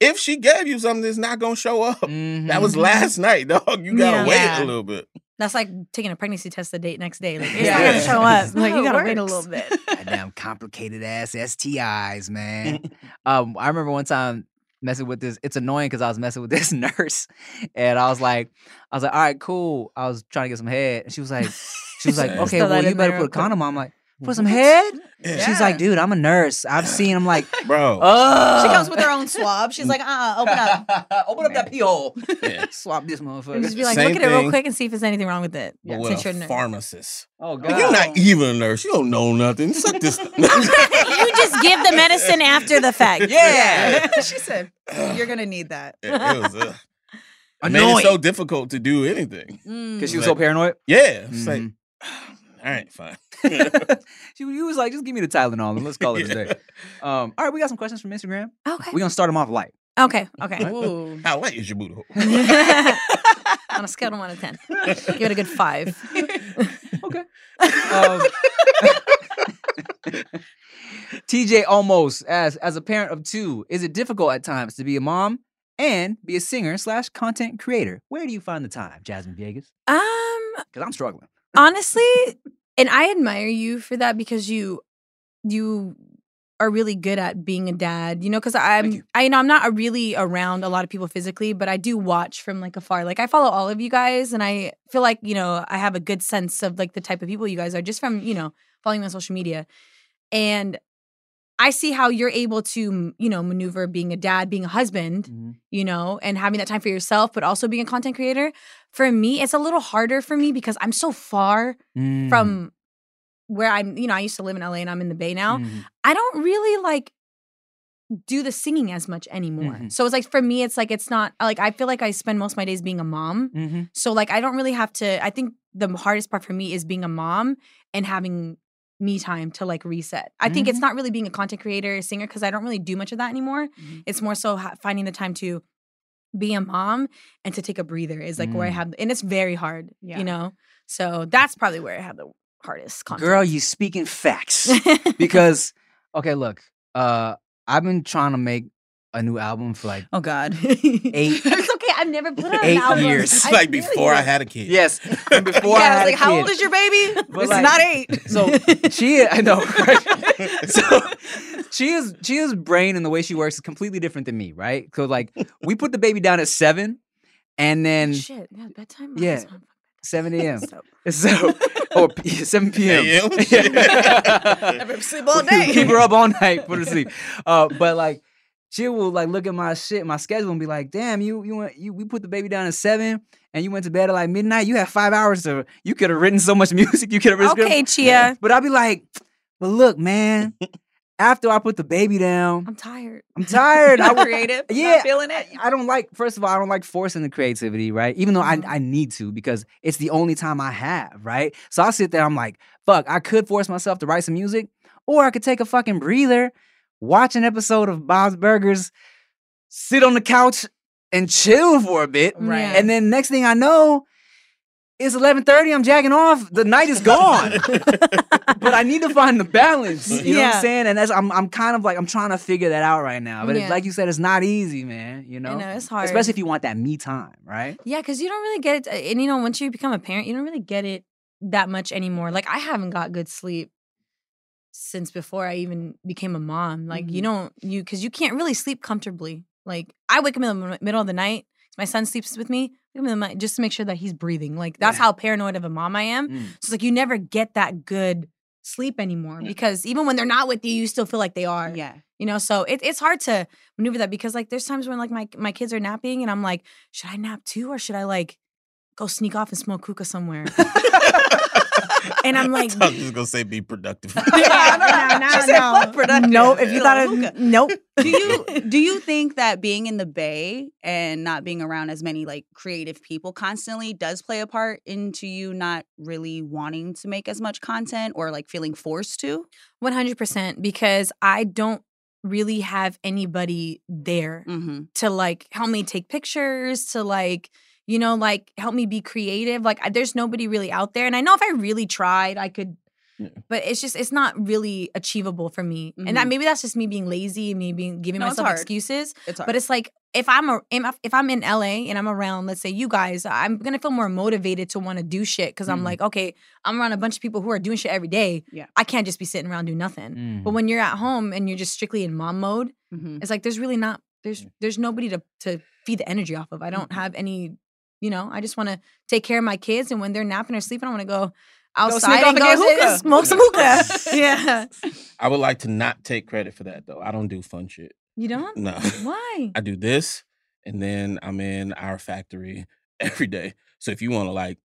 Speaker 5: if she gave you something, it's not gonna show up. That was
Speaker 7: Mhm.
Speaker 5: last night, dog. You gotta
Speaker 4: Yeah.
Speaker 5: wait
Speaker 6: Yeah.
Speaker 5: a little bit.
Speaker 4: That's like taking a pregnancy test the date next day. Like it's
Speaker 6: Yeah.
Speaker 4: not gonna show up.
Speaker 6: That's
Speaker 4: Like
Speaker 6: how
Speaker 4: you
Speaker 6: it
Speaker 4: gotta wait a
Speaker 6: works.
Speaker 4: little bit.
Speaker 7: Goddamn complicated ass STIs, man. um, I remember one time messing with this. It's annoying because I was messing with this nurse, and I was like, I was like, all right, cool. I was trying to get some head, and she was like, she was like,
Speaker 5: Sad.
Speaker 7: okay,
Speaker 4: Throw
Speaker 7: well,
Speaker 4: that
Speaker 7: you
Speaker 4: in
Speaker 7: better
Speaker 4: there
Speaker 7: put a
Speaker 4: real quick.
Speaker 7: condom on. I'm like, put some head.
Speaker 5: Yeah.
Speaker 7: She's
Speaker 6: Yeah.
Speaker 7: like, dude, I'm a nurse. I've seen. I'm like,
Speaker 5: Bro.
Speaker 7: oh.
Speaker 6: She comes with her own swab.
Speaker 5: Mm.
Speaker 6: She's like, uh, uh open up.
Speaker 7: open up that pee hole.
Speaker 5: Yeah.
Speaker 7: Swap this
Speaker 4: And just
Speaker 7: motherfucker.
Speaker 4: be like,
Speaker 5: Same
Speaker 4: look at it real
Speaker 5: thing.
Speaker 4: quick and see if there's anything wrong with it.
Speaker 5: But
Speaker 4: Since
Speaker 5: with
Speaker 4: you're
Speaker 5: a
Speaker 4: a nurse.
Speaker 5: pharmacist.
Speaker 7: Oh
Speaker 5: Like, you're
Speaker 7: god.
Speaker 5: not even a nurse. You don't know nothing. Suck this.
Speaker 4: you just give the medicine after the fact.
Speaker 7: yeah.
Speaker 6: she said, you're going to need that.
Speaker 5: It, it was uh, it made
Speaker 7: Annoying.
Speaker 5: it so difficult to do anything.
Speaker 7: Because
Speaker 6: Mm.
Speaker 7: she was so paranoid. Mm-hmm.
Speaker 5: Yeah. It's like, all right, fine.
Speaker 7: she you was like, just give me the Tylenol and let's call it a
Speaker 5: Yeah.
Speaker 7: day. Um, all right, we got some questions from Instagram.
Speaker 4: Okay.
Speaker 7: We're gonna start them off light.
Speaker 4: Okay. Okay.
Speaker 6: Ooh.
Speaker 5: How light is your booty hole?
Speaker 4: On a scale of one to ten. Give it a good five.
Speaker 7: Um,
Speaker 2: TJ almost as as a parent of two, is it difficult at times to be a mom and be a singer slash content creator? Where do you find the time, Jasmine Viegas?
Speaker 4: Um,
Speaker 2: Because I'm struggling.
Speaker 4: honestly and i admire you for that because you you are really good at being a dad you know because i'm
Speaker 2: you.
Speaker 4: i you know i'm not a really around a lot of people physically but i do watch from like afar like i follow all of you guys and i feel like you know i have a good sense of like the type of people you guys are just from you know following you on social media and i see how you're able to you know maneuver being a dad being a husband you know, and having that time for yourself, but also being a content creator. For me, it's a little harder for me because I'm so far
Speaker 2: Mm-hmm. Mm.
Speaker 4: from where I'm, you know, I used to live in LA and I'm in the Bay
Speaker 2: Mm-hmm.
Speaker 4: now.
Speaker 2: Mm.
Speaker 4: I don't really like do the singing as much anymore.
Speaker 2: Mhm.
Speaker 4: So it's like for me, it's like it's not like I feel like I spend most of my days being a mom.
Speaker 2: Mm. Mm-hmm.
Speaker 4: So like I don't really have to I think the hardest part for me is being a mom and having me time to like reset. I think it's not really being a content creator, a singer cuz I don't really do much of that anymore.
Speaker 6: Mm-hmm.
Speaker 3: Mhm.
Speaker 4: It's more so ha- finding the time to be a mom and to take a breather is like where I
Speaker 2: Mm.
Speaker 4: have and it's very hard,
Speaker 3: Yeah.
Speaker 4: you know. So that's probably where I have the hardest content.
Speaker 2: Girl, you speaking facts. because okay, look, uh, I've been trying to make a new album for like
Speaker 3: Oh God.
Speaker 2: eight.
Speaker 4: It's okay. I've never put out
Speaker 2: Eight
Speaker 4: an album.
Speaker 2: years.
Speaker 4: I
Speaker 5: like
Speaker 4: feel
Speaker 5: before I
Speaker 4: you.
Speaker 5: had a kid.
Speaker 2: yes, and before I
Speaker 3: yeah,
Speaker 2: had
Speaker 3: I was like,
Speaker 2: a
Speaker 3: how
Speaker 2: kid.
Speaker 3: old is your baby?
Speaker 2: But
Speaker 3: it's
Speaker 2: like-
Speaker 3: not eight.
Speaker 2: So she, I know, right? so she is, she is brain and the way she works is completely different than me, right? So like, we put the baby down at seven, and then
Speaker 4: Shit. Yeah, bedtime.
Speaker 2: Yeah.
Speaker 4: That's not-
Speaker 2: seven a.m.
Speaker 4: So-
Speaker 2: So or p- seven p.m.
Speaker 5: AM? Shit.
Speaker 3: Everybody sleep all
Speaker 2: We
Speaker 3: day.
Speaker 2: Keep her up all night, put her to sleep. Uh, but like, she will like look at my shit, my schedule, and be like, "Damn, you, you, went, you, we put the baby down at seven, and you went to bed at like midnight. You had five hours to, you could have written so much music, you could have written.
Speaker 4: okay, Chia.
Speaker 2: But I'll be like, but look, man, after I put the baby down,
Speaker 4: I'm tired.
Speaker 2: I'm tired. I,
Speaker 3: Not
Speaker 2: w-
Speaker 3: creative.
Speaker 2: Yeah,
Speaker 3: Not feeling it.
Speaker 2: I don't like, first of all, I don't like forcing the creativity, right? Even though I,
Speaker 4: Mhm.
Speaker 2: I need to because it's the only time I have, right? So I'll sit there, I'm like, fuck, I could force myself to write some music, or I could take a fucking breather, watch an episode of Bob's Burgers, sit on the couch and chill for a bit.
Speaker 4: Right.
Speaker 3: Right.
Speaker 2: And then next thing I know, it's 11:30. I'm jacking off. The night is gone. but I need to find the balance. You know what I'm
Speaker 3: Yeah.
Speaker 2: saying? And that's I'm I'm kind of like I'm trying to figure that out right now. But it's
Speaker 4: Yeah.
Speaker 2: like you said, it's not easy, man. You know,
Speaker 4: I know it's hard.
Speaker 2: especially if you want that me time, right?
Speaker 4: yeah, because you don't really get it. And you know, once you become a parent, you don't really get it that much anymore. Like I haven't got good sleep since before I even became a mom. Like you
Speaker 2: Mm-hmm.
Speaker 3: Mhm.
Speaker 4: don't you because you can't really sleep comfortably. Like I wake up in the m- middle of the night. My son sleeps with me. wake up in the night Just to make sure that he's breathing. Like that's
Speaker 2: Yeah.
Speaker 4: how paranoid of a mom I am.
Speaker 2: Mm.
Speaker 4: So it's like you never get that good sleep anymore because even when they're not with you, you still feel like they are.
Speaker 2: Mm.
Speaker 3: Yeah.
Speaker 4: You know, so it, it's hard to maneuver that because like there's times when like my my kids are napping and I'm like, should I nap too or should I like go sneak off and smoke hookah somewhere? And I'm like-
Speaker 5: I was just gonna say be productive.
Speaker 4: no, no,
Speaker 3: She said,
Speaker 4: no.
Speaker 3: "Fuck productive."
Speaker 4: No, if you thought
Speaker 3: Hookah.
Speaker 4: of nope.
Speaker 3: do you do you think that being in the bay and not being around as many like creative people constantly does play a part into you not really wanting to make as much content or like feeling forced to
Speaker 4: 100% because I don't really have anybody there
Speaker 3: mm-hmm.
Speaker 4: to like help me take pictures, to like, you know, like help me be creative. Like, I, there's nobody really out there. And I know if I really tried, I could,
Speaker 5: Yeah.
Speaker 4: but it's just, it's not really achievable for me. And that
Speaker 3: Mhm.
Speaker 4: maybe that's just me being lazy and me being giving
Speaker 3: No, it's
Speaker 4: myself
Speaker 3: hard.
Speaker 4: excuses.
Speaker 3: it's hard.
Speaker 4: But it's like, if I'm a, am- if I'm in LA and I'm around, let's say you guys, I'm gonna feel more motivated to want to do shit because I'm
Speaker 2: Mhm.
Speaker 4: like, okay, I'm around a bunch of people who are doing shit every day.
Speaker 3: Mm-hmm. Yeah. Mm-hmm.
Speaker 4: I can't just be sitting around doing nothing. But
Speaker 2: Mm.
Speaker 4: when you're at home and you're just strictly in mom mode,
Speaker 3: Mhm.
Speaker 4: it's like there's really not there's
Speaker 5: Mm.
Speaker 4: there's nobody to to feed the energy off of. I
Speaker 5: Mm-hmm.
Speaker 4: don't have any, you know. I just want to take care of my kids, and when they're napping or sleeping, I want to go outside
Speaker 3: off and
Speaker 4: and go
Speaker 3: get
Speaker 4: sit-
Speaker 3: hookah.
Speaker 4: smoke some hookah. yeah,
Speaker 5: I would like to not take credit for that though. I don't do fun shit.
Speaker 4: you don't.
Speaker 5: No.
Speaker 4: Why?
Speaker 5: I do this, and then I'm in our factory every day. So if you want to like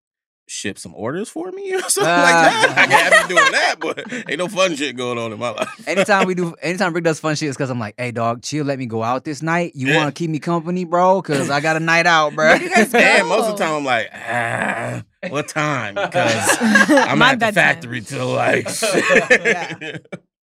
Speaker 5: ship some orders for me or something like
Speaker 2: Ah.
Speaker 5: that, I can have you doing that. But ain't no fun shit going on in my life.
Speaker 2: anytime we do, anytime Rick does fun shit, it's because I'm like, hey, dog, chill, let me go out this night. You
Speaker 5: Yeah.
Speaker 2: want to keep me company, bro? Because I got a night out, bro.
Speaker 4: you guys go?
Speaker 5: And most of
Speaker 2: Oh.
Speaker 5: the time, I'm like, ah, what time? Because I'm
Speaker 4: My
Speaker 5: at the
Speaker 4: bedtime.
Speaker 5: factory till like.
Speaker 3: Yeah.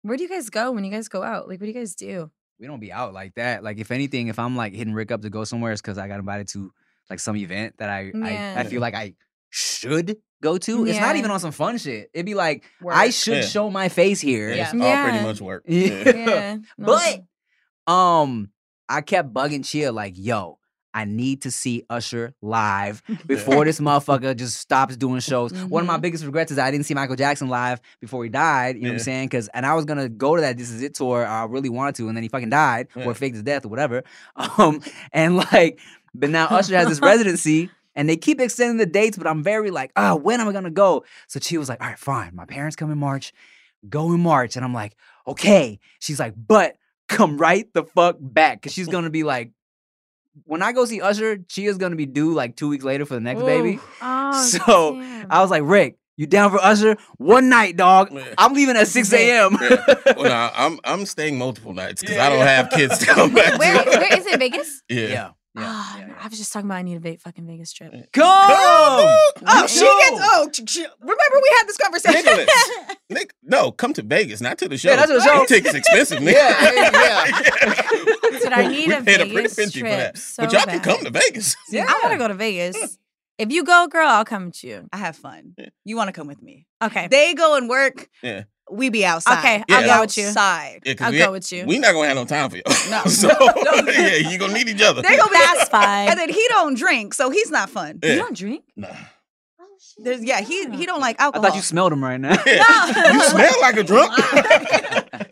Speaker 4: Where do you guys go when you guys go out? Like, what do you guys do?
Speaker 2: we don't be out like that. Like if anything, if I'm like hitting Rick up to go somewhere, it's because I got invited to like some event that I I,
Speaker 4: Yeah.
Speaker 2: I feel like I should go to. It's not
Speaker 4: Yeah.
Speaker 2: even on some fun shit. It'd be like,
Speaker 3: Work.
Speaker 2: I should
Speaker 5: Yeah.
Speaker 2: show my face here.
Speaker 5: It's
Speaker 3: Yeah.
Speaker 5: all
Speaker 4: Yeah.
Speaker 5: pretty much work.
Speaker 2: Yeah.
Speaker 5: Yeah.
Speaker 4: Yeah. No.
Speaker 2: But um, I kept bugging Chia like, yo, I need to see Usher live before this motherfucker just stops doing shows. One of
Speaker 3: Mm-hmm.
Speaker 2: my biggest regrets is I didn't see Michael Jackson live before he died. You know what I'm
Speaker 5: Yeah.
Speaker 2: saying? Cause and I was gonna go to that This Is It tour. I really wanted to, and then he fucking died
Speaker 5: Yeah.
Speaker 2: or faked his death or whatever. Um, and like, but now Usher has this residency. And they keep extending the dates, but I'm very like, ah, when am I gonna go? So Chia was like, all right, fine. My parents come in March, go in March. And I'm like, okay. She's like, but come right the fuck back. Cause she's gonna be like, when I go see Usher, Chia's gonna be due like two weeks later for the next baby.
Speaker 4: Oh,
Speaker 2: So,
Speaker 4: damn.
Speaker 2: I was like, Rick, you down for Usher? One night, dog.
Speaker 5: Yeah.
Speaker 2: I'm leaving at 6 a.m.
Speaker 5: Yeah. Well, nah, I'm I'm staying multiple nights because I don't
Speaker 1: Yeah.
Speaker 5: have kids to come back.
Speaker 4: Wait,
Speaker 5: to.
Speaker 4: where, where is it? Vegas?
Speaker 5: Yeah.
Speaker 2: Yeah. Yeah,
Speaker 4: Ah,
Speaker 2: yeah, yeah.
Speaker 4: I was just talking about I need a va- fucking Vegas trip.
Speaker 2: Come!
Speaker 6: Oh, she
Speaker 2: No.
Speaker 6: gets. Oh, ch- ch- remember we had this conversation.
Speaker 5: Nicholas, Nick, no, come to Vegas, not to the show.
Speaker 2: Yeah, that's the show.
Speaker 5: Tickets expensive, nigga.
Speaker 2: Yeah, yeah,
Speaker 4: But I need
Speaker 5: we
Speaker 4: a
Speaker 5: paid a pretty
Speaker 4: Vegas
Speaker 5: penny for
Speaker 4: trip
Speaker 5: that.
Speaker 4: so
Speaker 5: but y'all can
Speaker 4: bad.
Speaker 5: come to Vegas.
Speaker 2: Yeah.
Speaker 4: I want to go to Vegas. If you go, girl, I'll come with you.
Speaker 6: I have fun. You want to come with me?
Speaker 4: Okay.
Speaker 6: They go and work.
Speaker 5: Yeah.
Speaker 6: We be outside.
Speaker 4: Okay,
Speaker 5: I'll
Speaker 4: go with you.
Speaker 6: Outside.
Speaker 5: Yeah, 'cause
Speaker 4: I'll
Speaker 5: we,
Speaker 4: go with you.
Speaker 5: We not gonna have no time for y'all.
Speaker 6: No.
Speaker 5: so
Speaker 6: No.
Speaker 5: yeah, you gonna need each other.
Speaker 6: They go
Speaker 4: That's fine.
Speaker 6: And then he don't drink, so he's not fun.
Speaker 5: Yeah.
Speaker 4: You don't drink?
Speaker 5: Nah.
Speaker 4: Oh,
Speaker 6: There's yeah, he he don't like
Speaker 2: I
Speaker 6: alcohol.
Speaker 2: thought you smelled him right now.
Speaker 5: you smell like a drunk.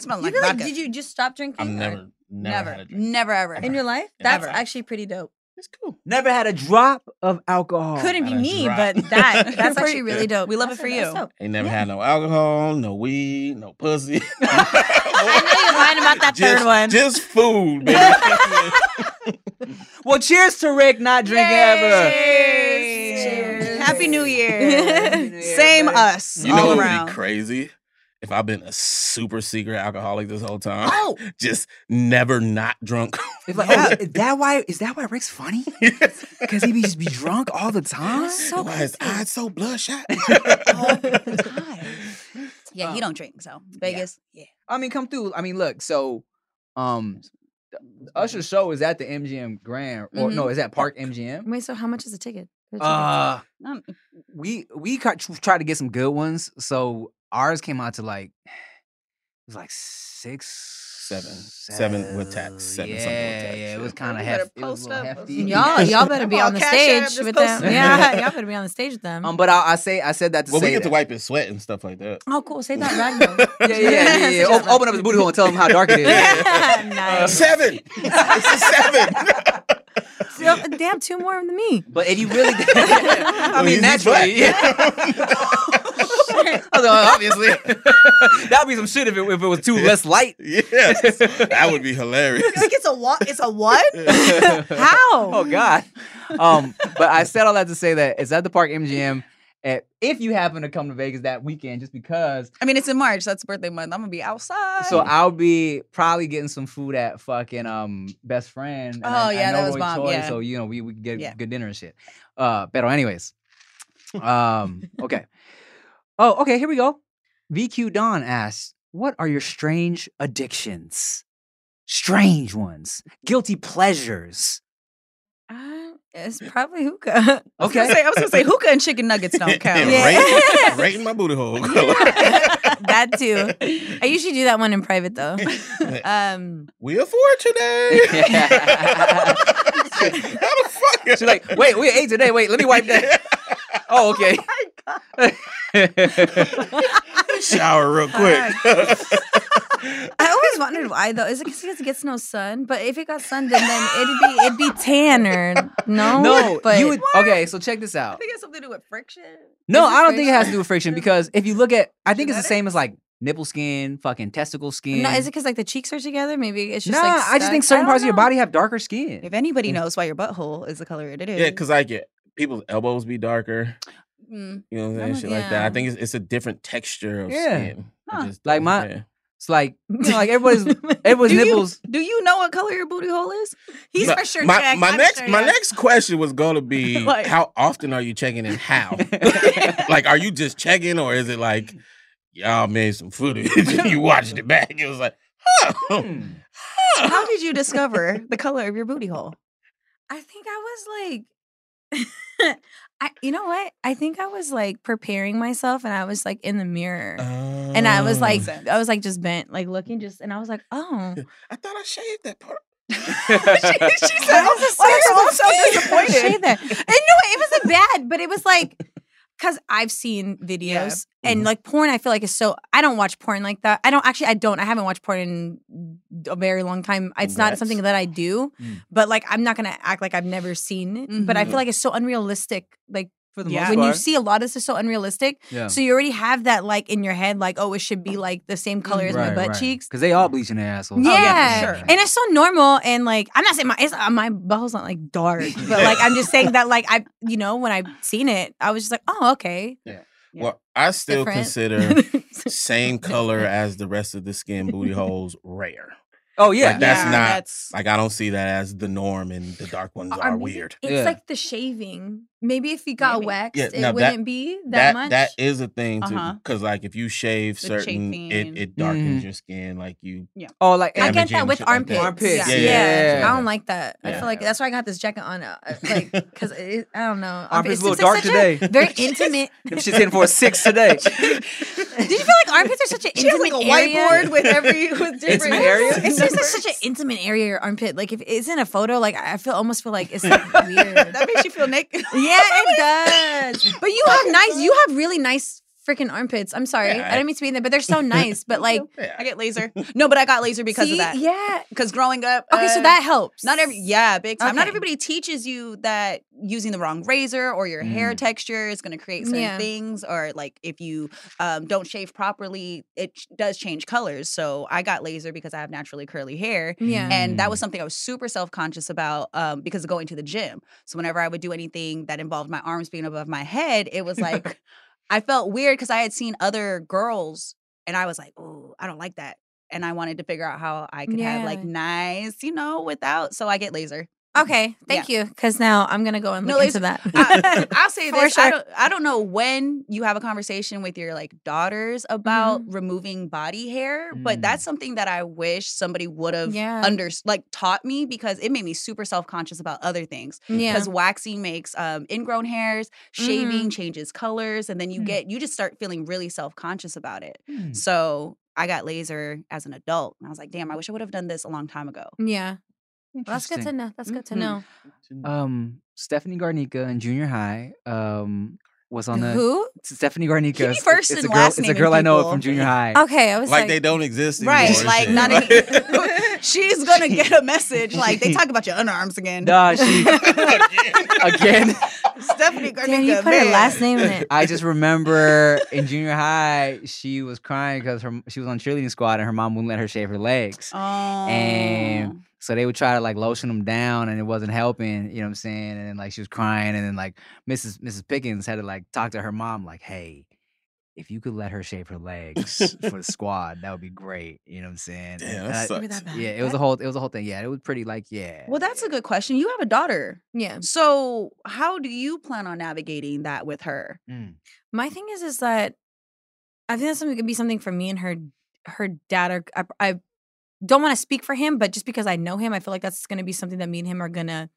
Speaker 6: smell
Speaker 4: You
Speaker 6: like
Speaker 4: really-
Speaker 6: vodka.
Speaker 4: did you just stop drinking?
Speaker 5: I've
Speaker 4: or-
Speaker 5: never, never,
Speaker 6: never,
Speaker 5: had a
Speaker 6: never,
Speaker 5: drink.
Speaker 6: ever.
Speaker 4: in your life?
Speaker 5: Yeah.
Speaker 4: That's
Speaker 5: Never.
Speaker 4: actually pretty dope.
Speaker 5: It's cool.
Speaker 2: Never had a drop of
Speaker 6: Oh,
Speaker 2: alcohol.
Speaker 4: Couldn't be
Speaker 5: Not a
Speaker 4: me,
Speaker 5: drop.
Speaker 4: but that that's
Speaker 5: For-
Speaker 4: actually really dope.
Speaker 6: We love it
Speaker 4: That's-
Speaker 6: for
Speaker 4: that's
Speaker 6: you.
Speaker 4: dope.
Speaker 5: Ain't never
Speaker 4: Yeah.
Speaker 5: had no alcohol, no weed, no pussy.
Speaker 4: I know you're lying about that
Speaker 5: Just-
Speaker 4: third one.
Speaker 5: Just food, baby.
Speaker 2: Well, cheers to Rick not drinking ever.
Speaker 6: Cheers.
Speaker 4: Cheers.
Speaker 6: Happy New
Speaker 4: Happy
Speaker 6: Year.
Speaker 2: New Year,
Speaker 6: Same
Speaker 2: everybody.
Speaker 6: us
Speaker 5: You know
Speaker 6: all
Speaker 5: what would
Speaker 6: around.
Speaker 5: be crazy? If I've been a super secret alcoholic this whole time,
Speaker 6: Oh.
Speaker 5: just never not drunk.
Speaker 2: It's like, oh, is that why is that why Rick's funny? Because he be just be drunk all the time.
Speaker 4: so Oh
Speaker 5: Why his eyes so bloodshot?
Speaker 6: Yeah, he don't drink, so Vegas. Yeah.
Speaker 2: I mean, come through. I mean, look. So, um, the Usher's show is at the MGM Grand, or no, is at Park MGM.
Speaker 4: Wait, so how much is the ticket? The ticket.
Speaker 2: Mm-hmm. Uh,
Speaker 6: Um,
Speaker 2: we we ca- tr- tried to get some good ones. So ours came out to like it was like six,
Speaker 5: Seven. Seven with tax. Seven,
Speaker 2: yeah,
Speaker 5: something with tax,
Speaker 2: yeah,
Speaker 5: yeah.
Speaker 2: it was
Speaker 6: Girl,
Speaker 2: kind of
Speaker 6: you better
Speaker 2: hef- it was a
Speaker 6: post
Speaker 2: little
Speaker 6: up.
Speaker 2: hefty.
Speaker 4: y'all, y'all better be
Speaker 6: Come
Speaker 4: on the
Speaker 6: on, Cash App,
Speaker 4: stage
Speaker 6: just
Speaker 4: with
Speaker 6: post
Speaker 4: them.
Speaker 2: it.
Speaker 4: Yeah, y'all better be on the stage with them.
Speaker 2: Um, but I, I say I said that to
Speaker 5: well,
Speaker 2: say
Speaker 5: we get to
Speaker 2: that-
Speaker 5: wipe his sweat and stuff like that.
Speaker 4: oh, cool. Say that rag though.
Speaker 2: Yeah, yeah, yeah. Oh, yeah, yeah. O- open up his booty hole and tell him how dark it is.
Speaker 4: nice.
Speaker 5: Seven. it's a seven.
Speaker 4: Yo, Damn, two more than me.
Speaker 2: But if you really, I mean,
Speaker 5: he's black.
Speaker 2: naturally, yeah. I was like, obviously, that'd be some shit if it, if it was too less light.
Speaker 5: yes, that would be hilarious.
Speaker 6: I think it's a what? It's a what?
Speaker 4: How?
Speaker 2: Oh God. Um, but I said all that to say that it's at the Park MGM. At, if you happen to come to Vegas that weekend, just because.
Speaker 6: I mean, it's in March. That's birthday month. I'm gonna be outside.
Speaker 2: So I'll be probably getting some food at fucking um best friend. and I-
Speaker 6: Oh,
Speaker 2: I
Speaker 6: yeah,
Speaker 2: know
Speaker 6: that was
Speaker 2: Roy
Speaker 6: bomb,
Speaker 2: Choi,
Speaker 6: yeah.
Speaker 2: So you know we we could get
Speaker 6: Yeah.
Speaker 2: good dinner and shit. Uh, but anyways, um, okay. Oh, okay. Here we go. VQ Don asks, "What are your strange addictions? Strange ones, guilty pleasures."
Speaker 4: Uh, it's probably hookah.
Speaker 6: I was gonna say- I was gonna say hookah and chicken nuggets don't count.
Speaker 4: Yeah.
Speaker 5: right, right in my booty hole.
Speaker 4: that too. I usually do that one in private though. Um,
Speaker 5: Wheel four today. How eh? the fuck?
Speaker 2: She's like, "Wait, we ate today. Wait, let me wipe that." Oh, okay.
Speaker 6: Oh
Speaker 5: Shower real quick.
Speaker 4: I always wondered why though. Is it because it gets no sun? But if it got sun, then, then it'd be it'd be tanner. No,
Speaker 2: no,
Speaker 4: but
Speaker 2: you would. Okay, so check this
Speaker 5: Uh
Speaker 2: out.
Speaker 6: I think it has something to do with friction.
Speaker 2: No,
Speaker 4: Is it
Speaker 2: I don't think it has to
Speaker 4: friction?
Speaker 2: do with friction because if you look at, I think it's the same as like nipple skin, fucking testicle skin.
Speaker 4: no. Is it because like the cheeks are together? Maybe it's just
Speaker 2: nah,
Speaker 4: like
Speaker 2: I just think
Speaker 4: stuck. I
Speaker 2: certain
Speaker 4: don't
Speaker 2: parts of your
Speaker 4: know.
Speaker 2: body have darker skin.
Speaker 6: If anybody knows why your butthole is the color it is,
Speaker 5: Mm. yeah, because like yeah, people's elbows be darker.
Speaker 6: Mm.
Speaker 5: You know what I'm saying?
Speaker 6: Oh,
Speaker 5: Shit like that. I
Speaker 4: yeah.
Speaker 5: think it's, it's a different texture of
Speaker 2: Yeah.
Speaker 5: skin. I
Speaker 6: Huh.
Speaker 5: just
Speaker 2: Like
Speaker 5: don't-
Speaker 2: my-
Speaker 5: yeah.
Speaker 2: It's like you know, like everybody's everybody's
Speaker 6: Do you-
Speaker 2: nipples.
Speaker 6: do you know what color your booty hole is?
Speaker 4: He's
Speaker 5: No,
Speaker 4: for sure.
Speaker 5: My,
Speaker 4: checked,
Speaker 5: my
Speaker 4: I'm
Speaker 5: next
Speaker 4: sure,
Speaker 5: my
Speaker 4: yeah.
Speaker 5: next question was gonna be
Speaker 6: Like-
Speaker 5: how often are you checking and how? like are you just checking or is it like y'all made some footage and you watched it back? It was like, huh.
Speaker 6: How did you discover the color of your booty hole?
Speaker 4: I think I was like I, you know what? I think I was like preparing myself, and I was like in the mirror, and I was like,
Speaker 2: Mm.
Speaker 5: Oh.
Speaker 4: I was like just bent, like looking, just, and I was like, oh,
Speaker 5: I thought I shaved that part.
Speaker 4: she said,
Speaker 6: "Why are you all "Oh, so disappointed?"
Speaker 4: that. "Oh, And no, it wasn't bad, but it was like because I've seen videos and
Speaker 2: Mm-hmm.
Speaker 5: Mhm.
Speaker 4: like porn. I feel like is so. I don't watch porn like that. I don't actually. I don't. I haven't watched porn in a very long time. It's not
Speaker 5: Congrats.
Speaker 4: something that I do.
Speaker 2: Mm. Mm-hmm.
Speaker 4: But like, I'm not gonna act like I've never seen it. But I
Speaker 5: Mhm.
Speaker 4: feel like it's so unrealistic. Like
Speaker 2: for the
Speaker 3: Yeah.
Speaker 2: most
Speaker 4: when you
Speaker 2: part.
Speaker 4: see a lot, it's just so unrealistic.
Speaker 2: yeah.
Speaker 4: So you already have that like in your head, like oh, it should be like the same color
Speaker 2: Mm-hmm.
Speaker 4: as my butt cheeks.
Speaker 2: Because they all bleaching their assholes.
Speaker 4: Yeah.
Speaker 6: yeah, for sure.
Speaker 4: And it's so normal. And like, I'm not saying my it's, uh, my butthole's not like dark, but like I'm just saying that like I, you know, when I seen it, I was just like, oh, okay.
Speaker 6: Yeah.
Speaker 5: Well, I still
Speaker 4: Different.
Speaker 5: consider same color as the rest of the skin booty holes rare.
Speaker 2: Oh yeah.
Speaker 5: Like, that's
Speaker 6: Yeah,
Speaker 5: not
Speaker 6: that's-
Speaker 5: like I don't see that as the norm, and the dark ones
Speaker 4: Or
Speaker 5: are
Speaker 4: maybe
Speaker 5: weird.
Speaker 4: It's
Speaker 2: Yeah.
Speaker 4: like the shaving. Maybe if you got
Speaker 6: Maybe.
Speaker 4: waxed,
Speaker 5: Yeah,
Speaker 4: it
Speaker 5: now that-
Speaker 4: wouldn't be that, much.
Speaker 5: that is a thing too,
Speaker 6: Uh-huh.
Speaker 5: because like if you shave
Speaker 6: The
Speaker 5: certain,
Speaker 6: chafing.
Speaker 5: it, it
Speaker 2: Mm.
Speaker 5: darkens your skin. Like you,
Speaker 2: oh like
Speaker 4: I
Speaker 5: damaging
Speaker 4: get that
Speaker 5: and
Speaker 4: with
Speaker 5: shit like
Speaker 4: armpits.
Speaker 5: that.
Speaker 2: Armpits,
Speaker 4: Yeah.
Speaker 2: yeah.
Speaker 4: I don't like that. I
Speaker 5: Yeah.
Speaker 4: feel like that's why I got this jacket on. Uh, uh, like, because I don't know.
Speaker 2: armpits
Speaker 4: It's
Speaker 2: a little
Speaker 4: just
Speaker 2: dark
Speaker 4: such
Speaker 2: today.
Speaker 4: Very intimate.
Speaker 2: Them shit's hitting for a six today.
Speaker 4: Did you feel like armpits are such an
Speaker 6: She has
Speaker 4: intimate
Speaker 6: like a
Speaker 4: area?
Speaker 6: whiteboard with every with
Speaker 2: It's
Speaker 6: different
Speaker 2: an area?
Speaker 4: It's
Speaker 6: numbers.
Speaker 4: just like such an intimate area, your armpit. Like if it's in a photo, like I feel almost feel like it's like weird.
Speaker 6: that makes you feel naked.
Speaker 4: yeah, it does. But you have nice, you have really nice freaking armpits. I'm sorry,
Speaker 5: Yeah,
Speaker 4: I don't mean to be in there, but they're so nice. But like,
Speaker 6: I
Speaker 5: yeah,
Speaker 6: get laser. No, but I got laser because
Speaker 4: see,
Speaker 6: of that.
Speaker 4: yeah.
Speaker 6: Because growing up,
Speaker 4: Okay, so
Speaker 6: uh,
Speaker 4: that helps.
Speaker 6: Not every yeah, big time. Not
Speaker 4: Okay.
Speaker 6: everybody teaches you that using the wrong razor or your hair texture is going to create certain
Speaker 4: Mm. Yeah.
Speaker 6: things, or like if you um, don't shave properly, it ch- does change colors. So I got laser because I have naturally curly hair,
Speaker 4: Yeah.
Speaker 6: and that was something I was super self conscious about um, because of going to the gym. So whenever I would do anything that involved my arms being above my head, it was like I felt weird because I had seen other girls, and I was like, oh, I don't like that. And I wanted to figure out how I could have like
Speaker 4: Yeah.
Speaker 6: nice, you know, without. So I get laser.
Speaker 4: Okay, thank you. Because now I'm gonna go and
Speaker 6: No,
Speaker 4: look into that.
Speaker 6: it's- I, I'll say
Speaker 4: For
Speaker 6: this:
Speaker 4: sure.
Speaker 6: I don't, I don't know when you have a conversation with your like daughters about
Speaker 4: Mm-hmm.
Speaker 6: removing body hair, but
Speaker 2: Mm.
Speaker 6: that's something that I wish somebody would have
Speaker 4: Yeah.
Speaker 6: under like taught me because it made me super self conscious about other things.
Speaker 4: yeah. Mm-hmm.
Speaker 6: Because waxing makes um, ingrown hairs, shaving changes colors, and then you
Speaker 2: Mm.
Speaker 6: get you just start feeling really self conscious about it.
Speaker 2: Hmm.
Speaker 6: So I got laser as an adult, and I was like, damn, I wish I would have done this a long time ago.
Speaker 4: Yeah. Well, that's good to
Speaker 2: Interesting.
Speaker 4: know. That's good to
Speaker 6: Mhm.
Speaker 4: know.
Speaker 2: Um, Stephanie Garnica in junior high. Um, was on the
Speaker 4: Who?
Speaker 2: Stephanie Garnica.
Speaker 6: Keep
Speaker 2: It's-
Speaker 6: first
Speaker 2: it's a
Speaker 6: and
Speaker 2: girl.
Speaker 6: last
Speaker 2: it's a
Speaker 6: naming
Speaker 2: girl I know
Speaker 6: people.
Speaker 2: from junior high.
Speaker 4: Okay, I was
Speaker 5: like
Speaker 4: like,
Speaker 5: they don't exist,
Speaker 6: Right,
Speaker 5: anymore and
Speaker 6: like,
Speaker 5: shit.
Speaker 6: not She's gonna
Speaker 2: She-
Speaker 6: get a message like they talk about your underarms again.
Speaker 2: Nah, she again.
Speaker 6: Stephanie Garnica.
Speaker 4: damn, you put her
Speaker 6: man.
Speaker 4: last name in it.
Speaker 2: I just remember in junior high she was crying because her she was on cheerleading squad and her mom wouldn't let her shave her legs.
Speaker 6: Oh.
Speaker 2: And so they would try to like lotion them down and it wasn't helping, you know what I'm saying? And then like she was crying and then like Mrs. Mrs. Pickens had to like talk to her mom like, "Hey, if you could let her shave her legs for the squad, that would be great." You know what I'm saying?
Speaker 5: Damn,
Speaker 2: And
Speaker 5: that
Speaker 2: I-
Speaker 5: sucks.
Speaker 2: yeah, it was a whole it was a whole thing. Yeah, it was pretty like, yeah.
Speaker 6: well, that's a good question. You have a daughter.
Speaker 4: Yeah.
Speaker 6: So, how do you plan on navigating that with her?
Speaker 2: Mm.
Speaker 4: My thing is, is that I think that's something could be something for me and her, her dad. Are, I, I don't want to speak for him, but just because I know him, I feel like that's going to be something that me and him are gonna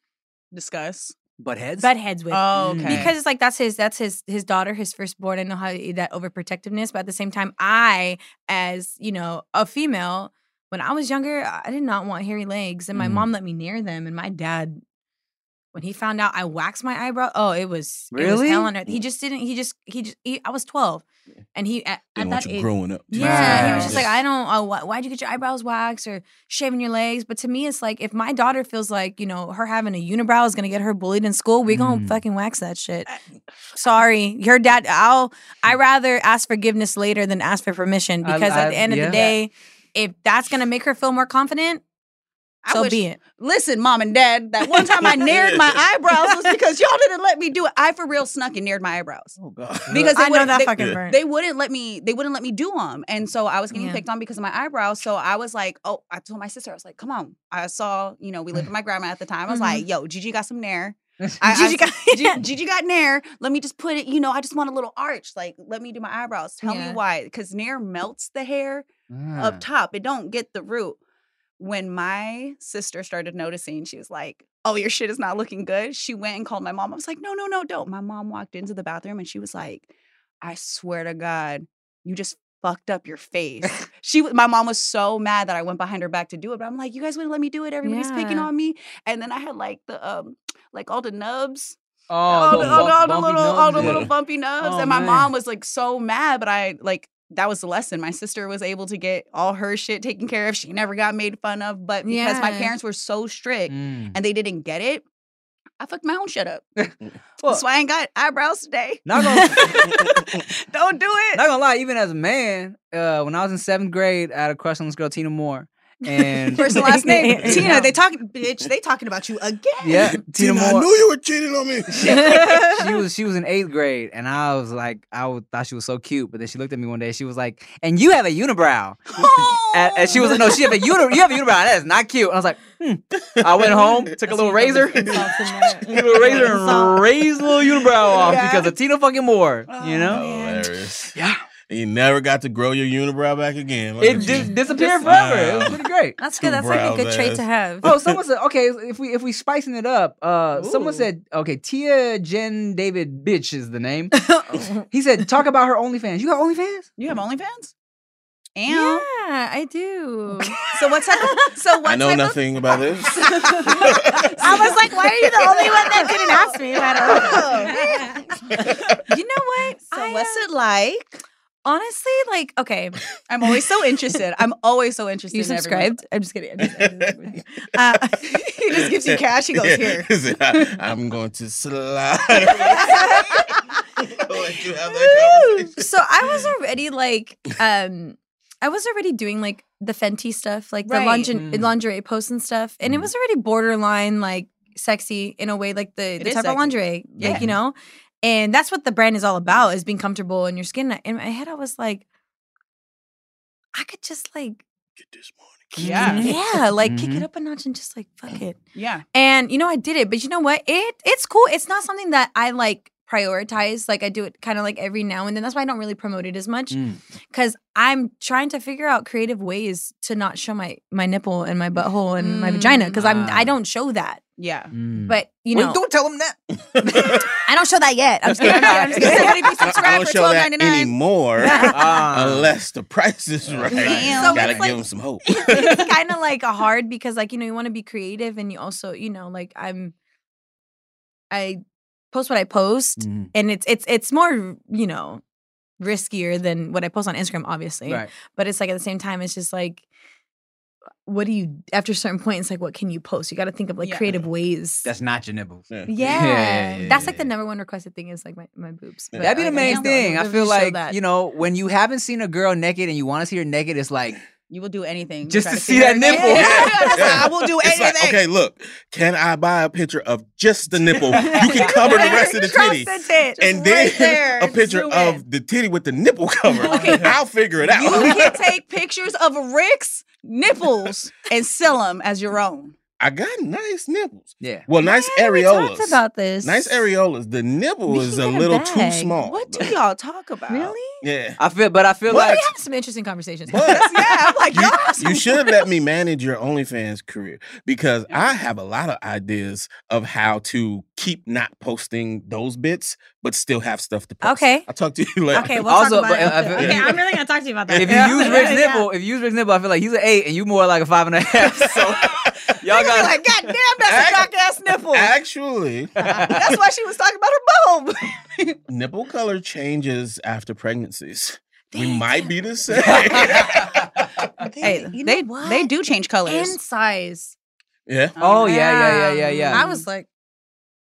Speaker 6: Discuss.
Speaker 2: butt heads.
Speaker 4: butt heads with.
Speaker 6: Oh,
Speaker 2: Mm.
Speaker 6: okay.
Speaker 4: because it's like that's his that's his his daughter his firstborn i know how that overprotectiveness but at the same time i as you know a female when i was younger i did not want hairy legs and my
Speaker 2: Mm.
Speaker 4: mom let me near them and my dad when he found out i waxed my eyebrow oh it was it was
Speaker 2: Really?
Speaker 4: hell on earth he just didn't he just he just he, i was 12 and he at, at
Speaker 5: Didn't want
Speaker 4: that
Speaker 5: you
Speaker 4: age
Speaker 5: growing up.
Speaker 4: yeah, he was
Speaker 2: Wow.
Speaker 4: just like, I don't. Oh, why, why'd you get your eyebrows waxed or shaving your legs? But to me, it's like if my daughter feels like you know her having a unibrow is gonna get her bullied in school, we gonna
Speaker 2: Mm.
Speaker 4: fucking wax that shit. Sorry, your dad. I'll. I rather ask forgiveness later than ask for permission
Speaker 2: I-
Speaker 4: because at the
Speaker 2: I-
Speaker 4: end of
Speaker 2: yeah.
Speaker 4: the day, if that's gonna make her feel more confident,
Speaker 6: I
Speaker 4: so
Speaker 6: wish,
Speaker 4: be it.
Speaker 6: Listen, mom and dad, that one time I neared my eyebrows was because y'all didn't let me do it. I for real snuck and neared my eyebrows.
Speaker 5: Oh god.
Speaker 6: Because they
Speaker 4: I know
Speaker 6: wouldn't-
Speaker 4: that
Speaker 6: they-
Speaker 4: fucking burnt.
Speaker 6: They wouldn't let me. They wouldn't let me do them, and so I was getting
Speaker 4: Yeah.
Speaker 6: picked on because of my eyebrows. So I was like, "Oh!" I told my sister, "I was like, come on." I saw, you know, we lived with my grandma at the time. I was
Speaker 4: Mhm.
Speaker 6: like, "Yo, Gigi got some nair.
Speaker 4: Gigi got-
Speaker 6: Gigi, Gigi got nair. Let me just put it. You know, I just want a little arch. Like, let me do my eyebrows. Tell
Speaker 4: Yeah.
Speaker 6: me why? Because nair melts the hair
Speaker 2: Ah.
Speaker 6: up top. It don't get the root." When my sister started noticing, she was like, oh, your shit is not looking good. She went and called my mom. I was like, no, no, no, don't. My mom walked into the bathroom and she was like, I swear to God, you just fucked up your face. she, w- my mom was so mad that I went behind her back to do it. But I'm like, you guys wouldn't let me do it. Everybody's picking
Speaker 4: Yeah.
Speaker 6: on me. And then I had like the, um, like all the nubs,
Speaker 2: Oh,
Speaker 6: all the, all, the- all the
Speaker 2: bumpy
Speaker 6: little, all the
Speaker 2: nubs.
Speaker 6: little bumpy nubs.
Speaker 2: Oh,
Speaker 6: and my
Speaker 2: man.
Speaker 6: mom was like so mad, but I like that was the lesson. My sister was able to get all her shit taken care of. She never got made fun of, but because my
Speaker 4: Yeah.
Speaker 6: parents were so strict
Speaker 2: Mm.
Speaker 6: and they didn't get it, I fucked my own shit up.
Speaker 2: Well,
Speaker 6: That's why I ain't got eyebrows today.
Speaker 2: not gonna,
Speaker 6: Don't do it.
Speaker 2: not gonna lie, even as a man, uh, when I was in seventh grade, I had a crush on this girl, Tina Moore. And
Speaker 6: First and last name,
Speaker 4: Yeah.
Speaker 6: Tina. They talking, bitch. They talking about you again.
Speaker 2: yeah, Tina
Speaker 5: Tina, I knew
Speaker 2: Moore.
Speaker 5: you were cheating on me.
Speaker 2: She was she was in eighth grade, and I was like, I was, thought she was so cute, but then she looked at me one day. She was like, "And you have a unibrow," and, and she was like, "No, she have a uni, you have a unibrow. That is not cute." And I was like, hmm. I went home, took a little razor, took a little razor, and raised the little unibrow off
Speaker 6: Yeah.
Speaker 2: because of Tina fucking Moore. you know,
Speaker 5: Hilarious.
Speaker 2: Yeah.
Speaker 5: You never got to grow your unibrow back again. Look
Speaker 2: it
Speaker 5: at
Speaker 2: di-
Speaker 5: you.
Speaker 2: disappeared forever. It was
Speaker 5: Wow.
Speaker 2: pretty great.
Speaker 4: That's
Speaker 5: Two
Speaker 4: good. That's like a
Speaker 5: brows
Speaker 4: good trait to
Speaker 5: ass.
Speaker 4: have.
Speaker 2: Oh, someone said okay. If we if we spicing it up, uh, someone
Speaker 6: Ooh.
Speaker 2: said okay. Tia Jen David bitch is the name. he said talk about her OnlyFans. You got OnlyFans?
Speaker 6: You have OnlyFans? And
Speaker 4: Yeah, I do.
Speaker 6: so what type? Of, so what
Speaker 5: I know
Speaker 6: type
Speaker 5: nothing about this.
Speaker 4: I was like, why are you the only one that didn't ask me Oh, about it? you know what?
Speaker 6: Of, so
Speaker 4: I,
Speaker 6: what's
Speaker 4: uh,
Speaker 6: it like?
Speaker 4: honestly like okay.
Speaker 6: I'm always so interested. I'm always so interested.
Speaker 4: You
Speaker 6: in everyone.
Speaker 4: subscribed? I'm just kidding. I'm just- I'm just kidding. Uh,
Speaker 6: he just gives you cash. He goes
Speaker 5: Yeah.
Speaker 6: here.
Speaker 5: He said, "I- I'm going to slide. I'll let you have that conversation.
Speaker 4: so I was already like, um, I was already doing like the Fenty stuff, like the
Speaker 6: Right.
Speaker 4: lingerie,
Speaker 2: Mm.
Speaker 4: lingerie posts and stuff, and it was already borderline like sexy in a way, like the, the
Speaker 6: is
Speaker 4: type of
Speaker 6: sexy.
Speaker 4: lingerie,
Speaker 5: Yeah.
Speaker 4: like you know, and that's what the brand is all about is being comfortable in your skin. In my head, I was like, I could just like,
Speaker 5: Get this morning.
Speaker 6: Yeah.
Speaker 4: yeah, like kick
Speaker 2: Mhm.
Speaker 4: it up a notch and just like fuck it.
Speaker 6: Yeah.
Speaker 4: And you know, I did it, but you know what? It it's cool. It's not something that I like prioritize. Like I do it kind of like every now and then. That's why I don't really promote it as much
Speaker 2: Mm.
Speaker 4: because I'm trying to figure out creative ways to not show my my nipple and my butthole and my
Speaker 6: Mm.
Speaker 4: vagina because I'm
Speaker 2: Ah.
Speaker 4: I don't show that.
Speaker 6: Yeah.
Speaker 2: Mm.
Speaker 4: But you
Speaker 2: Well,
Speaker 4: know,
Speaker 2: don't tell them that.
Speaker 4: I don't show that yet. I'm just kidding. I'm just kidding. I'm just kidding. Somebody be subscribed.
Speaker 5: I don't
Speaker 6: for
Speaker 5: show that
Speaker 6: $12.99.
Speaker 5: anymore
Speaker 2: Ah.
Speaker 5: unless the price is right.
Speaker 6: Damn.
Speaker 4: So it's
Speaker 5: Gotta give
Speaker 4: like-
Speaker 5: him some hope.
Speaker 4: it's kind of like a hard because like you know you want to be creative and you also you know like I'm I post what I post
Speaker 2: Mhm.
Speaker 4: and it's it's it's more you know riskier than what I post on Instagram, obviously.
Speaker 2: Right.
Speaker 4: But it's like at the same time, it's just like, what do you after a certain point? It's like, what can you post? You got to think of like
Speaker 6: Yeah.
Speaker 4: creative ways.
Speaker 2: That's not your nipples.
Speaker 5: Yeah.
Speaker 4: yeah.
Speaker 2: Yeah, yeah,
Speaker 4: that's like
Speaker 2: yeah.
Speaker 4: the number one requested thing is like my, my boobs.
Speaker 5: Yeah.
Speaker 4: But,
Speaker 2: That'd be the
Speaker 4: like,
Speaker 2: main
Speaker 4: don't
Speaker 2: thing. I
Speaker 4: really
Speaker 2: feel
Speaker 4: show
Speaker 2: like
Speaker 4: that.
Speaker 2: you know when you haven't seen a girl naked and you want to see her naked, it's like
Speaker 6: You will do anything
Speaker 2: Just
Speaker 6: try
Speaker 2: to see
Speaker 6: figure
Speaker 2: that
Speaker 6: it out.
Speaker 2: nipple.
Speaker 6: Yeah.
Speaker 5: Yeah.
Speaker 6: That's- I will do
Speaker 5: It's
Speaker 6: anything.
Speaker 5: like, okay, look, can I buy a picture of just the nipple? You can cover the rest of the
Speaker 4: Just
Speaker 5: titty.
Speaker 4: tit.
Speaker 5: And then
Speaker 6: right there,
Speaker 5: a picture
Speaker 6: zoom
Speaker 5: of
Speaker 6: in.
Speaker 5: the titty with the nipple covered. I'll figure it out.
Speaker 6: You can take pictures of Rick's nipples and sell them as your own.
Speaker 5: I got nice nipples.
Speaker 2: yeah.
Speaker 5: Well, nice
Speaker 4: Yeah, we
Speaker 5: areolas.
Speaker 4: talked about this.
Speaker 5: Nice areolas. The nipple
Speaker 4: We
Speaker 5: is
Speaker 4: should
Speaker 5: a
Speaker 4: get a
Speaker 5: little too
Speaker 4: bag.
Speaker 5: small.
Speaker 6: What do y'all talk about?
Speaker 4: Really?
Speaker 5: Yeah.
Speaker 2: I feel, but I feel
Speaker 4: Well,
Speaker 2: like
Speaker 4: we have some interesting conversations.
Speaker 5: But
Speaker 6: Yeah, I'm like,
Speaker 5: you,
Speaker 6: y'all have some
Speaker 5: you should have let me manage your OnlyFans career because I have a lot of ideas of how to keep not posting those bits, but still have stuff to post.
Speaker 4: Okay.
Speaker 5: I'll talk to you later.
Speaker 4: Okay, we'll
Speaker 2: Also,
Speaker 4: talk about
Speaker 2: but
Speaker 4: it.
Speaker 2: I- I
Speaker 4: after.
Speaker 2: feel-
Speaker 4: okay, I'm really gonna talk to you about that.
Speaker 2: if you use Rick's nipple, if you use Rick's nipple, I feel like he's an eight and you more like a five and a half. So y'all
Speaker 6: You're
Speaker 2: got
Speaker 6: like, God damn, that's a
Speaker 5: Ac-
Speaker 6: cock ass nipple.
Speaker 5: Actually,
Speaker 6: That's why she was talking about her boob.
Speaker 5: nipple color changes after pregnancies.
Speaker 4: Dang,
Speaker 5: we might
Speaker 4: damn.
Speaker 5: be the same.
Speaker 6: Hey,
Speaker 4: you know
Speaker 6: they
Speaker 4: what?
Speaker 6: they do change colors. Um,
Speaker 4: in size.
Speaker 5: yeah.
Speaker 2: Oh yeah, yeah, yeah, yeah, yeah.
Speaker 4: I was like,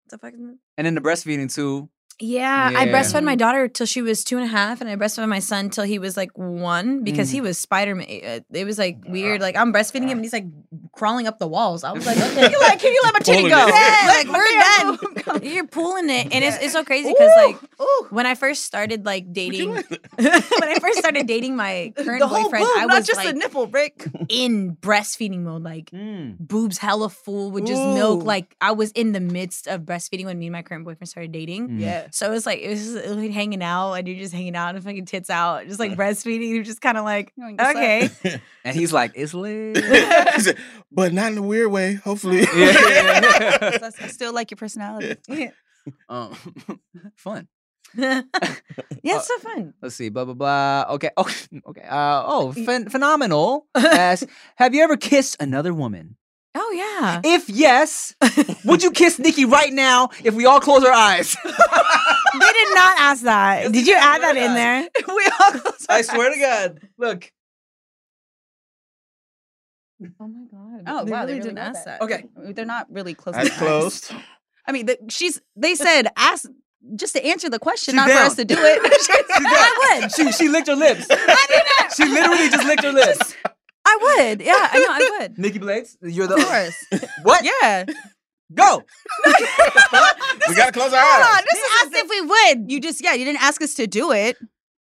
Speaker 4: the fucking.
Speaker 2: and then the breastfeeding too.
Speaker 4: Yeah, I
Speaker 2: Yeah.
Speaker 4: breastfed my daughter till she was two and a half, and I breastfed my son till he was like one because
Speaker 6: Mm.
Speaker 4: he was Spider Man. It was like weird. Like I'm breastfeeding him, and he's like crawling up the walls. I was like, okay,
Speaker 6: You're like, can you let my titty
Speaker 5: Pulling
Speaker 6: go?
Speaker 5: it.
Speaker 4: Yeah,
Speaker 6: Let-
Speaker 4: like,
Speaker 6: my
Speaker 4: we're
Speaker 6: damn
Speaker 4: done.
Speaker 6: boob come
Speaker 4: You're pulling it, and it's, it's so crazy because like when I first started like dating, when I first started dating my current
Speaker 6: the whole
Speaker 4: boyfriend,
Speaker 6: boob,
Speaker 4: I
Speaker 6: not
Speaker 4: was
Speaker 6: just
Speaker 4: like
Speaker 6: the nipple, Rick.
Speaker 2: Hmm.
Speaker 4: in breastfeeding mode, like
Speaker 1: Mm.
Speaker 4: boobs hella full with just milk.
Speaker 6: Ooh.
Speaker 4: Like I was in the midst of breastfeeding when me and my current boyfriend started dating.
Speaker 1: Mm.
Speaker 6: Yeah.
Speaker 4: So it was like it was just like hanging out, and you're just hanging out and fucking tits out, just like breastfeeding. You're just kind of like,
Speaker 6: Going to
Speaker 4: okay,
Speaker 2: And he's like, it's lit.
Speaker 5: He said, but not in a weird way, hopefully.
Speaker 2: Yeah.
Speaker 6: I I still like your personality.
Speaker 2: um, fun.
Speaker 4: yeah, it's so fun.
Speaker 2: Let's see, blah blah blah. Okay, oh, okay. Uh, oh, phen- phenomenal. Yes. Have you ever kissed another woman?
Speaker 4: Oh yeah,
Speaker 2: If yes, would you kiss Nikki right now if we all close our eyes?
Speaker 4: they did not ask that. Did you add that in there?
Speaker 6: we all close our
Speaker 2: to God. Look.
Speaker 4: Oh my god.
Speaker 6: Oh wow, they really didn't ask that.
Speaker 2: Okay.
Speaker 6: they're not really close.
Speaker 5: Eyes closed.
Speaker 6: I mean, the, she's. They said ask just to answer the question,
Speaker 2: She's
Speaker 6: not
Speaker 2: down.
Speaker 6: for us to do it.
Speaker 4: I would.
Speaker 2: She she licked her lips. she literally just licked her lips.
Speaker 4: I would. Yeah, I know. I would.
Speaker 2: Nikki Blades, you're
Speaker 6: of
Speaker 2: the
Speaker 6: course.
Speaker 2: what?
Speaker 6: Yeah.
Speaker 2: Go.
Speaker 5: We gotta close our
Speaker 6: Hold
Speaker 5: eyes.
Speaker 6: on. This is asked if we would. You just yeah. You didn't ask us to do it.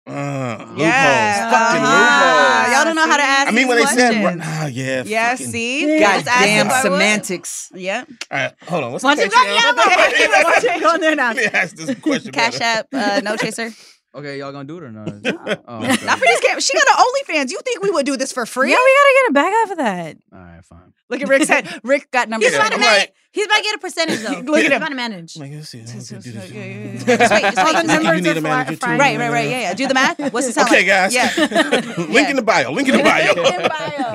Speaker 5: Uh, loopholes.
Speaker 6: Yeah.
Speaker 5: Fucking
Speaker 6: Uh-huh.
Speaker 5: loopholes.
Speaker 6: Y'all don't know how to ask.
Speaker 5: I mean, when they
Speaker 6: these
Speaker 5: said,
Speaker 6: questions.
Speaker 5: ah, yeah.
Speaker 6: yeah.
Speaker 5: fucking-
Speaker 6: See. You just asked
Speaker 2: Goddamn
Speaker 6: if I would.
Speaker 2: semantics.
Speaker 6: Yeah.
Speaker 5: All right, hold on. What's
Speaker 4: Why
Speaker 5: the
Speaker 4: don't you
Speaker 5: cash app?
Speaker 4: Let's take on there now.
Speaker 5: Let me ask this question.
Speaker 6: Cash
Speaker 5: better.
Speaker 6: app. Uh, no chaser.
Speaker 2: Okay, y'all gonna do it or not? Oh,
Speaker 5: Not
Speaker 2: okay.
Speaker 6: Not for this camp. She got an OnlyFans. You think we would do this for
Speaker 4: Yeah, we
Speaker 6: free?
Speaker 4: gotta get a bag off of that.
Speaker 2: All right, fine.
Speaker 6: Look at Rick's head. Rick got numbers.
Speaker 5: Yeah, I'm like,
Speaker 4: He's about to get a percentage though.
Speaker 6: Look at
Speaker 4: He's
Speaker 6: him.
Speaker 4: about to manage.
Speaker 5: I'm like, let's see. I don't think you do this.
Speaker 6: Just wait, just
Speaker 4: All
Speaker 6: wait,
Speaker 4: the
Speaker 6: just wait.
Speaker 4: numbers
Speaker 5: You need
Speaker 4: are
Speaker 5: a manager
Speaker 4: fly-
Speaker 5: too.
Speaker 4: frying.
Speaker 6: Right, right, right. Yeah, yeah. Do the math. What's the sound
Speaker 5: Okay,
Speaker 6: like?
Speaker 5: guys.
Speaker 6: Yeah.
Speaker 5: Link in the bio. Link in the bio.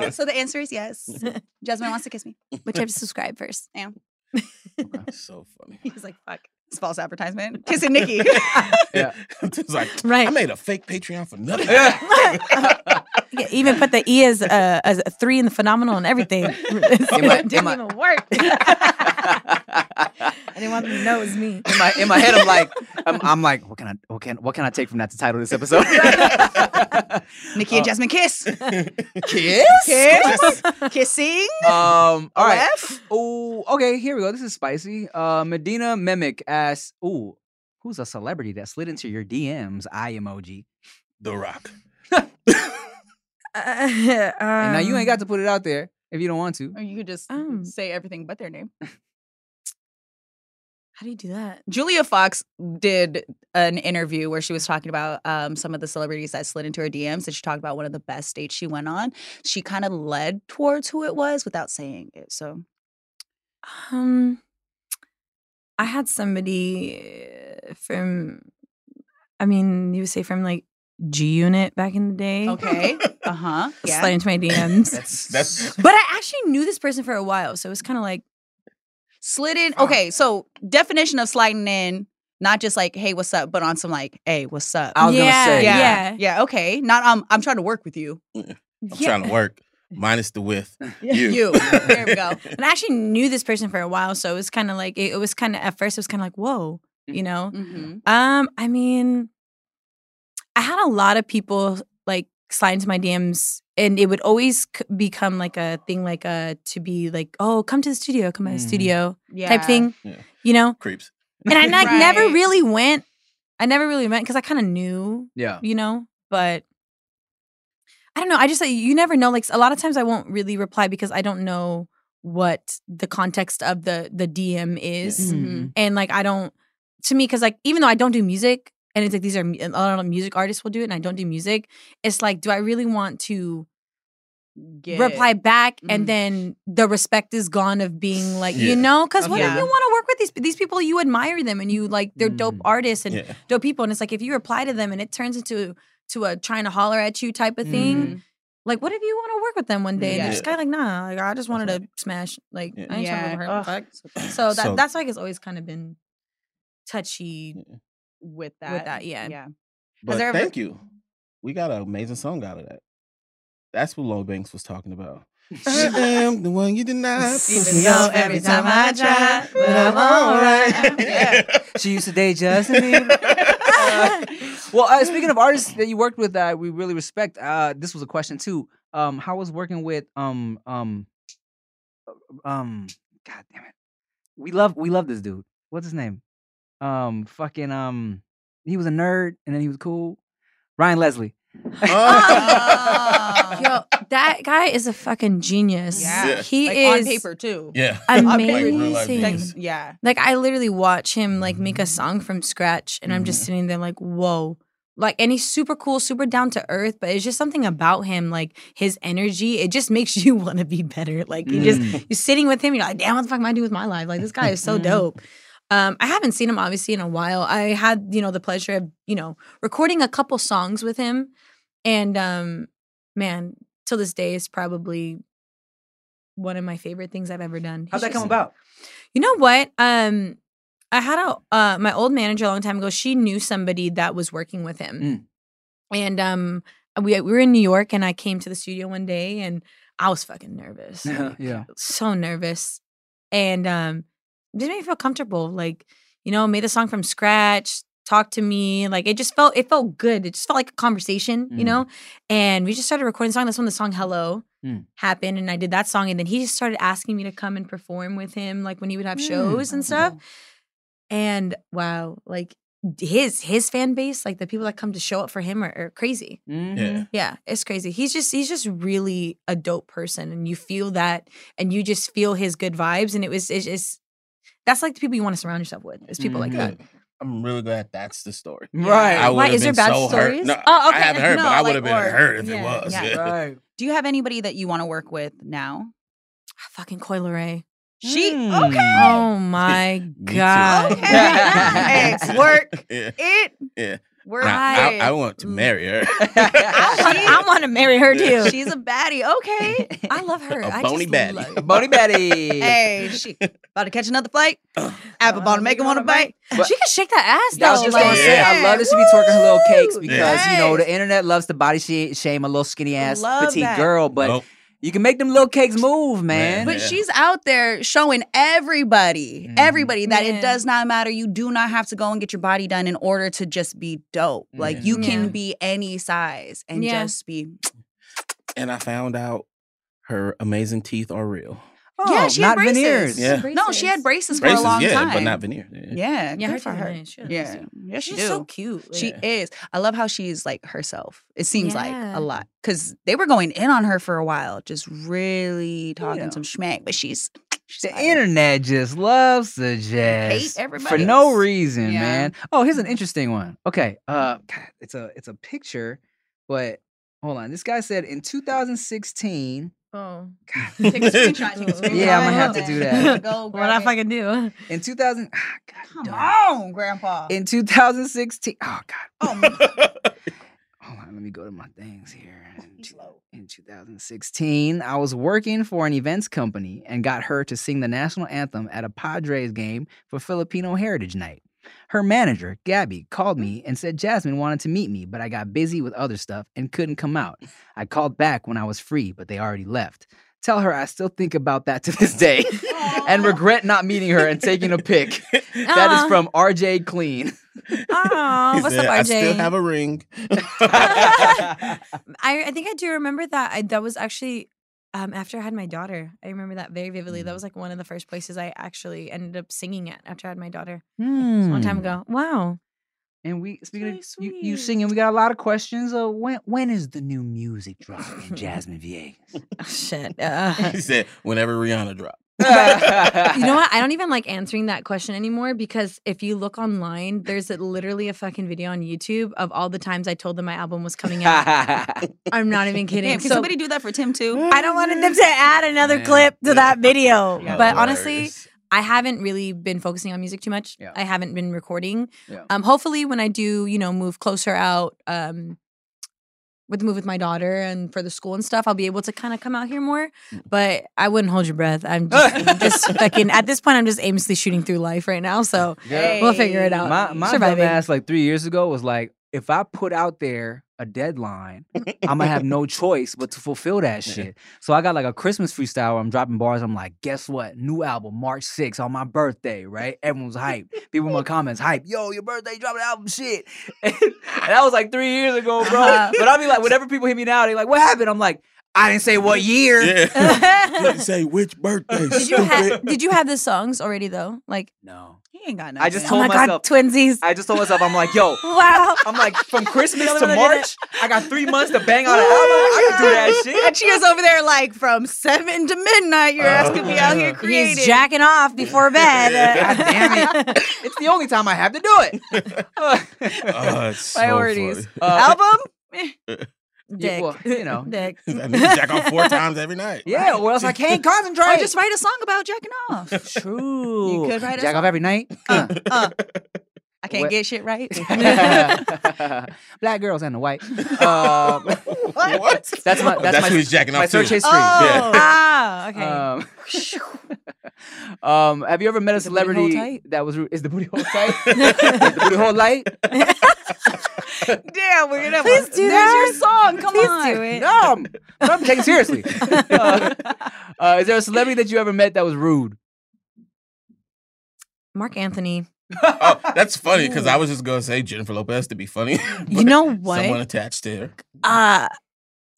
Speaker 6: bio. So the answer is yes. Jasmine wants to kiss me.
Speaker 4: Which I have to subscribe first.
Speaker 5: so funny.
Speaker 4: He's like, fuck.
Speaker 6: It's false advertisement. Kissing Nikki.
Speaker 2: Yeah.
Speaker 5: it's like,
Speaker 4: Right.
Speaker 5: I made a fake Patreon for nothing.
Speaker 4: Yeah, even put the E as, uh, as a three in the phenomenal and everything. It
Speaker 2: In my- in
Speaker 4: didn't
Speaker 2: my-
Speaker 4: even work.
Speaker 2: Yeah.
Speaker 4: I didn't want them to know it was me.
Speaker 2: in my in my head, I'm like, I'm, I'm like, what can I what can what can I take from that to title this episode?
Speaker 6: Nikki and Jasmine kiss.
Speaker 2: Kiss.
Speaker 6: Kiss. Kissing.
Speaker 2: Um. All right.
Speaker 6: OF.
Speaker 2: Oh. Okay. Here we go. This is spicy. Uh, Medina Mimic asks, "Ooh, who's a celebrity that slid into your DMs?" Eye emoji.
Speaker 5: The Rock.
Speaker 4: Uh,
Speaker 2: and now you ain't got to put it out there if you don't want to.
Speaker 6: Or you could just
Speaker 4: Um.
Speaker 6: say everything but their name.
Speaker 4: How do you do that?
Speaker 6: Julia Fox did an interview where she was talking about um, some of the celebrities that slid into her DMs, and she talked about one of the best dates she went on. She kind of led towards who it was without saying it. So
Speaker 4: Um, I had somebody uh, from, I mean, you would say from like G Unit back in the day.
Speaker 6: okay, uh huh, yeah.
Speaker 4: Slide into my DMs.
Speaker 5: That's that's
Speaker 4: but I actually knew this person for a while. So it was kind of like,
Speaker 6: Slid in. Okay, so definition of sliding in, not just like, hey, what's up, but on some like, hey, what's up.
Speaker 2: I was
Speaker 4: Yeah,
Speaker 2: gonna say.
Speaker 4: yeah.
Speaker 6: yeah, yeah, okay. Not um, I'm trying to work with you.
Speaker 5: I'm trying to work. Minus the width. You.
Speaker 6: You. There we go.
Speaker 4: And I actually knew this person for a while. So it was kind of like, it, it was kind of, at first, it was kind of like, whoa, you know?
Speaker 6: Mm-hmm.
Speaker 4: Um, I mean, I had a lot of people like slide into my DMs, and it would always c- become like a thing, like a to be like, oh, come to the studio, come to the
Speaker 2: Mhm.
Speaker 4: studio
Speaker 6: Mm-hmm. Yeah.
Speaker 4: type thing,
Speaker 5: Yeah.
Speaker 4: you know.
Speaker 5: Creeps.
Speaker 4: And I like
Speaker 6: Right.
Speaker 4: never really went. I never really went because I kind of knew,
Speaker 2: Yeah.
Speaker 4: you know, but. I don't know. I just like you never know. Like a lot of times, I won't really reply because I don't know what the context of the the DM is
Speaker 2: Mm-hmm.
Speaker 6: Mhm.
Speaker 4: and like I don't to me because like even though I don't do music and it's like these are mu- a lot of music artists will do it and I don't do music it's like do I really want to
Speaker 6: Get-
Speaker 4: reply back
Speaker 6: Mhm.
Speaker 4: and then the respect is gone of being like
Speaker 5: Yeah.
Speaker 4: you know because what
Speaker 6: Yeah.
Speaker 4: if you want to work with these these people you admire them and you like they're dope
Speaker 2: Mm.
Speaker 4: artists and
Speaker 5: Yeah.
Speaker 4: dope people and it's like if you reply to them and it turns into to a trying to holler at you type of thing
Speaker 6: Mhm.
Speaker 4: like what if you want to work with them one day and
Speaker 6: Yeah.
Speaker 4: they're just kind of like nah like, I just wanted
Speaker 5: That's
Speaker 4: to smash like
Speaker 5: Yeah.
Speaker 4: I ain't trying to work with her
Speaker 6: Yeah. Ugh.
Speaker 4: Fuck. So that
Speaker 5: So-
Speaker 4: that's like it's always kind of been touchy.
Speaker 6: with that.
Speaker 4: that, yeah.
Speaker 6: Yeah.
Speaker 5: But
Speaker 6: there ever-
Speaker 5: thank you. We got an amazing song out of that. That's what Lil Banks was talking about. I am the one you deny.
Speaker 2: Even
Speaker 4: though every time I try, but I'm alright.
Speaker 5: Yeah.
Speaker 2: She used to date Justin Bieber. Uh, well, uh, speaking of artists that you worked with that we really respect, uh, this was a question too. Um, how was working with um um uh, um God damn it, we love we love this dude. What's his name? Um, fucking um, he was a nerd and then he was cool. Ryan Leslie.
Speaker 6: Oh.
Speaker 4: Yo, that guy is a fucking genius.
Speaker 6: Yeah.
Speaker 5: Yeah.
Speaker 4: He
Speaker 6: like
Speaker 4: is
Speaker 6: on paper too.
Speaker 5: Yeah.
Speaker 4: amazing.
Speaker 5: Like, real life
Speaker 4: Like,
Speaker 5: genius.
Speaker 6: Yeah.
Speaker 4: I literally watch him like
Speaker 1: Mm.
Speaker 4: make a song from scratch, and I'm
Speaker 1: Mm-hmm.
Speaker 4: just sitting there like, whoa. Like, and he's super cool, super down to earth, but it's just something about him, like his energy. It just makes you want to be better. Like, you just
Speaker 2: Mm.
Speaker 4: you're sitting with him, you're like, damn, what the fuck am I doing with my life? Like, this guy is
Speaker 1: Mm-hmm.
Speaker 4: so dope. Um, I haven't seen him obviously in a while. I had, you know, the pleasure of, you know, recording a couple songs with him. And um, man, till this day is probably one of my favorite things I've ever done.
Speaker 1: How'd
Speaker 4: He's
Speaker 1: that come
Speaker 4: just-
Speaker 1: about?
Speaker 4: You know what? Um, I had a uh, my old manager a long time ago. She knew somebody that was working with him,
Speaker 2: Mm.
Speaker 4: and um, we we were in New York, and I came to the studio one day, and I was fucking nervous, like,
Speaker 2: yeah.
Speaker 4: so nervous, and um, it just made me feel comfortable. Like you know, made a song from scratch, talked to me, like it just felt it felt good. It just felt like a conversation, you
Speaker 2: Mm.
Speaker 4: know. And we just started recording the song. That's when the song "Hello"
Speaker 2: Mm.
Speaker 4: happened, and I did that song, and then he just started asking me to come and perform with him, like when he would
Speaker 2: Mm,
Speaker 4: have shows and stuff.
Speaker 6: Mm-hmm.
Speaker 4: And wow, like his his fan base, like the people that come to show up for him are, are crazy.
Speaker 2: Mm-hmm.
Speaker 5: Yeah.
Speaker 4: Yeah, it's crazy. He's just he's just really a dope person, and you feel that, and you just feel his good vibes, and it was it's, it's that's like the people you want to surround yourself with. It's people like that.
Speaker 5: Good. I'm really glad that's the story.
Speaker 2: Right.
Speaker 5: I would
Speaker 4: Why,
Speaker 5: have
Speaker 4: is there
Speaker 5: been
Speaker 4: bad
Speaker 5: so hurt.
Speaker 4: stories?
Speaker 5: No,
Speaker 4: Oh,
Speaker 5: I
Speaker 4: okay.
Speaker 5: haven't heard,
Speaker 6: No,
Speaker 5: but I would
Speaker 6: like,
Speaker 5: have been
Speaker 6: or-
Speaker 5: hurt if
Speaker 4: yeah,
Speaker 5: it was.
Speaker 6: yeah.
Speaker 5: Yeah.
Speaker 2: Right.
Speaker 6: Do you have anybody that you want to work with now?
Speaker 4: Ah, Fucking Coil Ray.
Speaker 6: She
Speaker 5: Hmm.
Speaker 2: Mm.
Speaker 6: okay.
Speaker 4: Oh my
Speaker 5: Me too.
Speaker 4: god.
Speaker 6: Okay. Hey, work
Speaker 5: Yeah.
Speaker 6: it.
Speaker 5: Yeah.
Speaker 6: Work
Speaker 5: Nah, I,
Speaker 6: it.
Speaker 5: I want to marry her.
Speaker 4: I want, I want to marry her
Speaker 5: Yeah.
Speaker 4: too.
Speaker 6: She's a baddie. Okay.
Speaker 4: I love her.
Speaker 5: A
Speaker 4: I
Speaker 5: bony
Speaker 4: just
Speaker 5: baddie.
Speaker 4: love-
Speaker 2: Bonnie Betty.
Speaker 6: hey, she about to catch another flight. Apple
Speaker 4: "Oh,
Speaker 6: about to make him want a bite.
Speaker 2: But-
Speaker 4: she can shake that ass
Speaker 2: I was
Speaker 4: though.
Speaker 2: just
Speaker 4: like-
Speaker 2: gonna say, I
Speaker 6: Yeah.
Speaker 2: love that she be twerking her little cakes
Speaker 6: Woo!
Speaker 2: because you know
Speaker 6: Yes.
Speaker 2: the internet loves to body sh- shame a little skinny ass
Speaker 6: Love
Speaker 2: petite
Speaker 6: that.
Speaker 2: girl, but
Speaker 5: Nope.
Speaker 2: you can make them little cakes move, man.
Speaker 5: Man.
Speaker 6: But
Speaker 5: Yeah.
Speaker 6: she's out there showing everybody,
Speaker 5: Mm-hmm.
Speaker 2: Mhm.
Speaker 6: everybody that
Speaker 4: Yeah.
Speaker 6: it does not matter. You do not have to go and get your body done in order to just be dope. Like
Speaker 5: Yeah.
Speaker 6: you
Speaker 4: Yeah.
Speaker 6: can be any size and
Speaker 4: Yeah.
Speaker 6: just be.
Speaker 5: and I found out her amazing teeth are real.
Speaker 2: Oh,
Speaker 6: Yeah, she had
Speaker 2: not
Speaker 6: braces.
Speaker 2: veneers.
Speaker 5: Yeah.
Speaker 6: No, she had braces,
Speaker 5: Braces,
Speaker 6: for a long
Speaker 5: yeah,
Speaker 6: time.
Speaker 5: but not veneer. Yeah.
Speaker 6: Yeah,
Speaker 4: Yeah,
Speaker 6: good
Speaker 4: her
Speaker 6: for
Speaker 4: too,
Speaker 6: her.
Speaker 4: man. She does
Speaker 6: Yeah,
Speaker 4: too.
Speaker 6: yeah, she
Speaker 4: She's
Speaker 6: do.
Speaker 4: so cute.
Speaker 6: She
Speaker 4: Like,
Speaker 6: is. I love how she's like herself. It seems like
Speaker 4: Yeah.
Speaker 6: a lot because they were going in on her for a while, just really talking
Speaker 2: Yeah.
Speaker 6: some smack. But she's she's
Speaker 2: The
Speaker 6: fine.
Speaker 2: internet just loves to just for
Speaker 6: everybody
Speaker 2: no
Speaker 6: else.
Speaker 2: reason,
Speaker 6: Yeah. Mm-hmm.
Speaker 2: man. Oh, here's an interesting one. Okay, uh, God, it's a it's a picture, but hold on. This guy said in 2016.
Speaker 4: oh.
Speaker 2: God,
Speaker 5: Take a screenshot, take a
Speaker 6: screenshot.
Speaker 2: Yeah, I'm gonna have to do that.
Speaker 6: Go,
Speaker 4: What I
Speaker 6: grab it.
Speaker 4: fucking do?
Speaker 2: in 2000. ah, God
Speaker 6: Come
Speaker 2: darn.
Speaker 6: on, Grandpa.
Speaker 2: In 2016. Oh God.
Speaker 6: oh, my
Speaker 2: Hold on, let me go to my things here. In, two-
Speaker 6: slow.
Speaker 2: in 2016, I was working for an events company and got her to sing the national anthem at a Padres game for Filipino Heritage Night. Her manager, Gabby, called me and said Jasmine wanted to meet me, but I got busy with other stuff and couldn't come out. I called back when I was free, but they already left. Tell her I still think about that to this day and regret not meeting her and taking a pic. That is
Speaker 4: Aw.
Speaker 2: from RJ Clean.
Speaker 4: Oh,
Speaker 5: He
Speaker 4: what's
Speaker 5: said,
Speaker 4: up, RJ?
Speaker 5: I still have a ring.
Speaker 4: I, I think I do remember that. I, that was actually um, after I had my daughter. I remember that very vividly.
Speaker 5: Mm.
Speaker 4: That was like one of the first places I actually ended up singing at after I had my daughter. It was a long time
Speaker 2: Hmm.
Speaker 4: ago. Wow.
Speaker 2: And we speaking of
Speaker 4: Very
Speaker 2: you, you
Speaker 4: sweet.
Speaker 2: singing, we got a lot of questions. Uh, when when is the new music dropping, Jasmine Viegas?
Speaker 4: Oh, shit. Uh,
Speaker 5: he said, whenever Rihanna dropped.
Speaker 4: you know what? I don't even like answering that question anymore because if you look online, there's a, literally a fucking video on YouTube of all the times I told them my album was coming out. I'm not even kidding.
Speaker 6: Damn, can
Speaker 4: So-
Speaker 6: somebody do that for Tim too?
Speaker 4: I don't want them to add another
Speaker 2: Yeah. Oh,
Speaker 4: clip to that
Speaker 5: Oh
Speaker 4: video.
Speaker 2: Yeah.
Speaker 4: But honestly,
Speaker 5: Hilarious.
Speaker 4: I haven't really been focusing on music too much.
Speaker 2: Yeah.
Speaker 4: I haven't been recording.
Speaker 2: Yeah.
Speaker 4: Um, hopefully, when I do, you know, move closer out um, with the move with my daughter and for the school and stuff, I'll be able to kind of come out here more.
Speaker 2: Mm.
Speaker 4: But I wouldn't hold your breath. I'm just, I'm just fucking at this point. I'm just aimlessly shooting through life right now. So we'll figure it
Speaker 5: Uh,
Speaker 4: out.
Speaker 2: my my dumb
Speaker 4: Surviving.
Speaker 2: ass like three years ago was like, if I put out there a deadline, I'm gonna have no choice but to fulfill that
Speaker 5: Yeah.
Speaker 2: shit. So I got like a Christmas freestyle where I'm dropping bars. I'm like, guess what? New album March 6th on my birthday, right? Everyone's hype. People in my comments hype. Yo, your birthday, drop an album, shit. And, that was like three years ago, bro.
Speaker 6: Uh-huh.
Speaker 2: But I'll be like, whenever people hit me now, they're like, what happened? I'm like. I didn't say what year.
Speaker 5: Yeah. Didn't say which birthday.
Speaker 4: did you have
Speaker 5: stupid.
Speaker 4: Did you have the songs already though? Like,
Speaker 2: No.
Speaker 6: He ain't got nothing.
Speaker 2: I just
Speaker 4: oh
Speaker 2: told
Speaker 4: my
Speaker 2: myself.
Speaker 4: god, twinsies!
Speaker 2: I just told myself. I'm like, yo.
Speaker 4: wow.
Speaker 2: I'm like, from Christmas to March, I got three months to bang out an album. I can do that shit.
Speaker 6: And she is over there like from seven to midnight. Your ass could be out here creating.
Speaker 4: He's jacking off before bed.
Speaker 5: Yeah.
Speaker 2: God damn it. It's the only time I have to do it.
Speaker 5: Oh, it's so
Speaker 6: Priorities.
Speaker 5: funny.
Speaker 2: Uh,
Speaker 6: album.
Speaker 4: Dick.
Speaker 2: well, you know.
Speaker 4: Dick.
Speaker 5: I need to jack off four times every night.
Speaker 2: Yeah, or else I can't
Speaker 6: Or
Speaker 2: concentrate.
Speaker 6: just write a song about jacking off.
Speaker 2: True.
Speaker 6: You could write a
Speaker 2: Jack off every night.
Speaker 6: I can't
Speaker 2: What?
Speaker 6: get shit right. Mm-hmm.
Speaker 2: Black girls and the white. Um,
Speaker 5: What?
Speaker 2: That's my-
Speaker 5: Oh,
Speaker 2: that's my-
Speaker 5: who he's jacking
Speaker 2: my
Speaker 5: off to.
Speaker 2: search history.
Speaker 6: Oh,
Speaker 4: Ah, okay.
Speaker 2: Um, um, have you ever met a
Speaker 6: the booty hole
Speaker 2: celebrity
Speaker 6: tight?
Speaker 2: that was re- is the booty hole tight? is the booty hole light?
Speaker 6: damn, we're gonna. have
Speaker 4: Please
Speaker 6: a-
Speaker 4: do
Speaker 6: There's
Speaker 4: that.
Speaker 6: your song. Come
Speaker 4: Please
Speaker 6: on.
Speaker 4: do it.
Speaker 2: No, I'm, no, I'm taking it seriously. Uh, uh, is there a celebrity that you ever met that was rude?
Speaker 4: Mark Anthony.
Speaker 5: Oh, that's funny because I was just gonna say Jennifer Lopez to be funny.
Speaker 4: You know what?
Speaker 5: Someone attached to her.
Speaker 4: uh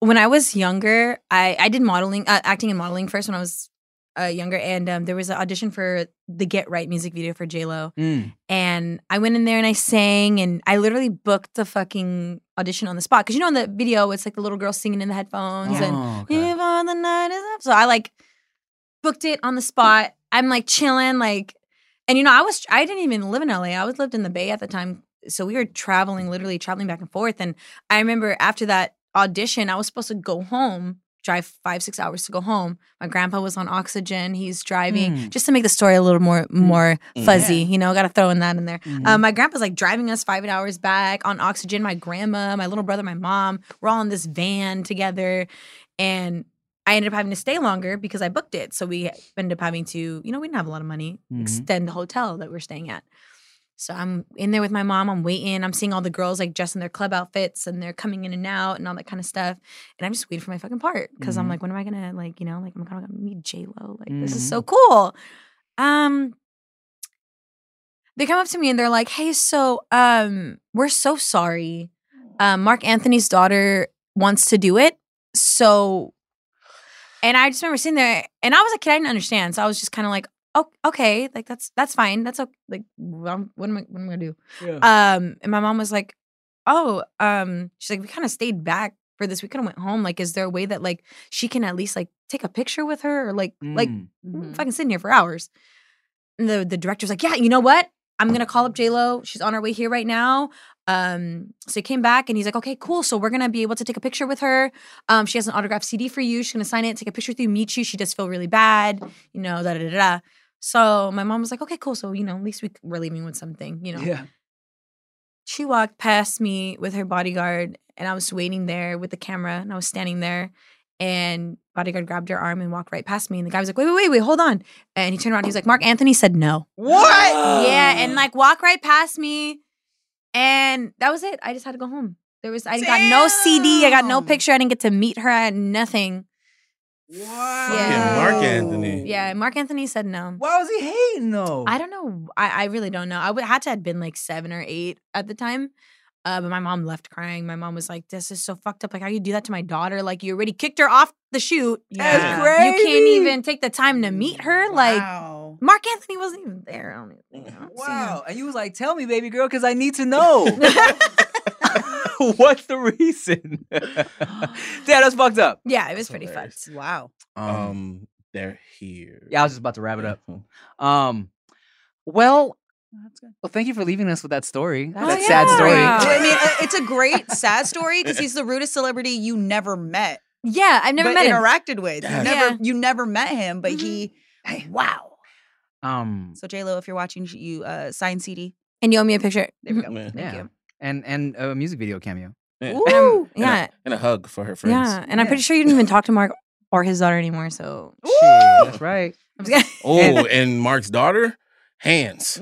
Speaker 4: when I was younger, I I did modeling, uh, acting and modeling first when I was uh, younger, and um, there was an audition for the Get Right music video for J Lo,
Speaker 2: Mm.
Speaker 4: and I went in there and I sang, and I literally booked the fucking audition on the spot because you know in the video it's like the little girl singing in the headphones and
Speaker 2: Oh, okay.
Speaker 4: if all the night is up. So I like booked it on the spot. I'm like chilling, like, and you know, I was I didn't even live in LA. I was lived in the Bay at the time, so we were traveling, literally traveling back and forth. And I remember after that audition, I was supposed to go home, drive five six hours to go home. My grandpa was on oxygen; he's driving,
Speaker 2: Mm.
Speaker 4: just to make the story a little more more
Speaker 5: Mm.
Speaker 4: fuzzy. You know, got to throw in that in there.
Speaker 2: Mhm.
Speaker 4: Uh, my grandpa's like driving us five hours back on oxygen. My grandma, my little brother, my mom, we're all in this van together. And I ended up having to stay longer because I booked it. So we ended up having to, you know, we didn't have a lot of money,
Speaker 2: Mhm.
Speaker 4: extend the hotel that we're staying at. So I'm in there with my mom. I'm waiting. I'm seeing all the girls like dressed in their club outfits and they're coming in and out and all that kind of stuff. And I'm just waiting for my fucking part because I'm
Speaker 2: Mhm.
Speaker 4: like, when am I gonna like, you know, like I'm gonna meet J Lo. Like this is
Speaker 2: Mhm.
Speaker 4: so cool. Um, they come up to me and they're like, "Hey, so um, we're so sorry. Um, Mark Anthony's daughter wants to do it, so." And I just remember sitting there, and I was a kid, I didn't understand, so I was just kind of like, "Oh, okay, like that's that's fine, that's okay. Like, well, what am I what am I gonna do?"
Speaker 2: Yeah.
Speaker 4: Um, and my mom was like, "Oh, um, she's like, we kind of stayed back for this. We could have went home. Like, is there a way that like she can at least like take a picture with her or like like
Speaker 2: Mm.
Speaker 4: I'm
Speaker 6: Mm-hmm.
Speaker 4: fucking sitting here for hours. And the the director's like, yeah, you know what? I'm gonna call up J Lo. She's on her way here right now. Um, so he came back and he's like, okay, cool. So we're gonna be able to take a picture with her. Um, she has an autographed CD for you. She's gonna sign it, take a picture with you, meet you. She does feel really bad, you know, da da da da. So my mom was like, okay, cool. So you know, at least we we're leaving with something, you know
Speaker 2: yeah.
Speaker 4: she walked past me with her bodyguard and I was waiting there with the camera and I was standing there and bodyguard grabbed her arm and walked right past me and the guy was like, wait, wait, wait, wait, hold on. And he turned around, he was like, Mark Anthony said no.
Speaker 2: What?
Speaker 4: Yeah, and like walk right past me. And that was it. I just had to go home. There was I got no CD, I got no
Speaker 6: Damn.
Speaker 4: picture, I didn't get to meet her, I had nothing.
Speaker 2: Wow.
Speaker 4: Yeah.
Speaker 5: Mark Anthony.
Speaker 4: Yeah, Mark Anthony said no.
Speaker 2: Why was he hating though?
Speaker 4: I don't know. I, I really don't know. I would had to have been like seven or eight at the time. Uh, but my mom left crying. My mom was like, "This is so fucked up. Like, how you do that to my daughter? Like, you already kicked her off the shoot.
Speaker 2: That's
Speaker 6: Yeah.
Speaker 4: You can't
Speaker 2: crazy.
Speaker 4: even take the time to meet her. Like,
Speaker 6: Wow.
Speaker 4: Mark Anthony wasn't even there. I don't even think. I don't see him.
Speaker 2: Wow. And you was like, tell me, baby girl, because I need to know. What's the reason? Dad, that's fucked up.
Speaker 4: Yeah, it was pretty
Speaker 5: hilarious.
Speaker 4: fucked.
Speaker 6: Wow.
Speaker 5: Um, they're here.
Speaker 2: yeah, I was just about to wrap it up. Um, well,
Speaker 6: That's good.
Speaker 2: well, thank you for leaving us with that story.
Speaker 4: Oh,
Speaker 2: that sad
Speaker 4: yeah.
Speaker 2: story.
Speaker 4: Wow.
Speaker 6: I mean, uh, it's a great sad story because he's the rudest celebrity you never met,
Speaker 4: Yeah, I've never
Speaker 6: but
Speaker 4: met him.
Speaker 6: interacted with. You
Speaker 5: Yeah.
Speaker 6: never,
Speaker 4: Yeah.
Speaker 6: you never met him, but
Speaker 4: Mhm.
Speaker 6: he.
Speaker 2: Hey.
Speaker 6: Wow.
Speaker 2: Um,
Speaker 6: So J Lo, if you're watching, you uh, sign CD.
Speaker 4: And you owe me a picture. mm,
Speaker 6: There we go.
Speaker 5: Man.
Speaker 4: Thank
Speaker 2: Yeah.
Speaker 4: you.
Speaker 2: and and a music video cameo.
Speaker 5: Yeah.
Speaker 4: And I'm-
Speaker 6: Ooh.
Speaker 5: And a-
Speaker 4: yeah,
Speaker 5: And a hug for her friends.
Speaker 4: yeah. And
Speaker 2: Yeah.
Speaker 4: I'm pretty sure you didn't even talk to Mark or his daughter anymore. So um,
Speaker 2: Shit, that's right.
Speaker 4: I'm just
Speaker 5: Oh, and Mark's daughter, hands.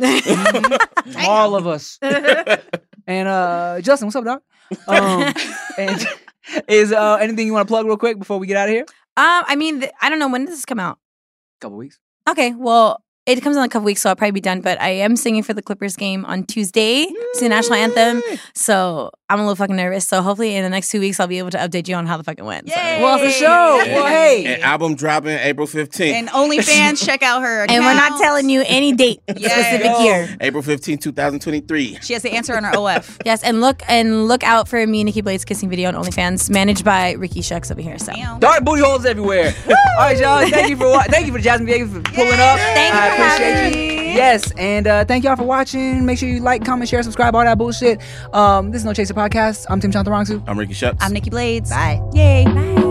Speaker 2: All of us. And uh, Justin, what's up, dog? Um, and is uh, anything you want to plug real quick before we get out of here?
Speaker 4: Um, I mean, th- I don't know when does this come out.
Speaker 2: Couple weeks.
Speaker 4: Okay, well, It comes in a couple weeks, so I'll probably be done. But I am singing for the Clippers game on Tuesday. It's the national anthem, so I'm a little fucking nervous. So hopefully, in the next two weeks, I'll be able to update you on how the fucking went. So-
Speaker 2: Well, for sure. Well, hey.
Speaker 5: And album dropping April 15th.
Speaker 6: And OnlyFans, check out her. Account.
Speaker 4: And we're not telling you any date specific year.
Speaker 5: April 15th, 2023.
Speaker 6: She has the answer on her OF.
Speaker 4: Yes, and look and look out for me, Nikki Blades kissing video on OnlyFans, managed by Ricky Shucks over here. So
Speaker 2: Dark booty holes everywhere. All right, y'all. Thank you for wa- thank you for Jasmine Baker for pulling up.
Speaker 4: Thank you
Speaker 2: I
Speaker 4: for
Speaker 2: appreciate
Speaker 4: having
Speaker 2: you. Yes, and uh, thank y'all for watching. Make sure you like, comment, share, subscribe, all that bullshit. Um, this is No Chaser Podcast. I'm Tim Chantarangsu.
Speaker 5: I'm Ricky Shucks.
Speaker 6: I'm Nikki Blades.
Speaker 2: Bye.
Speaker 6: Yay.
Speaker 4: Bye.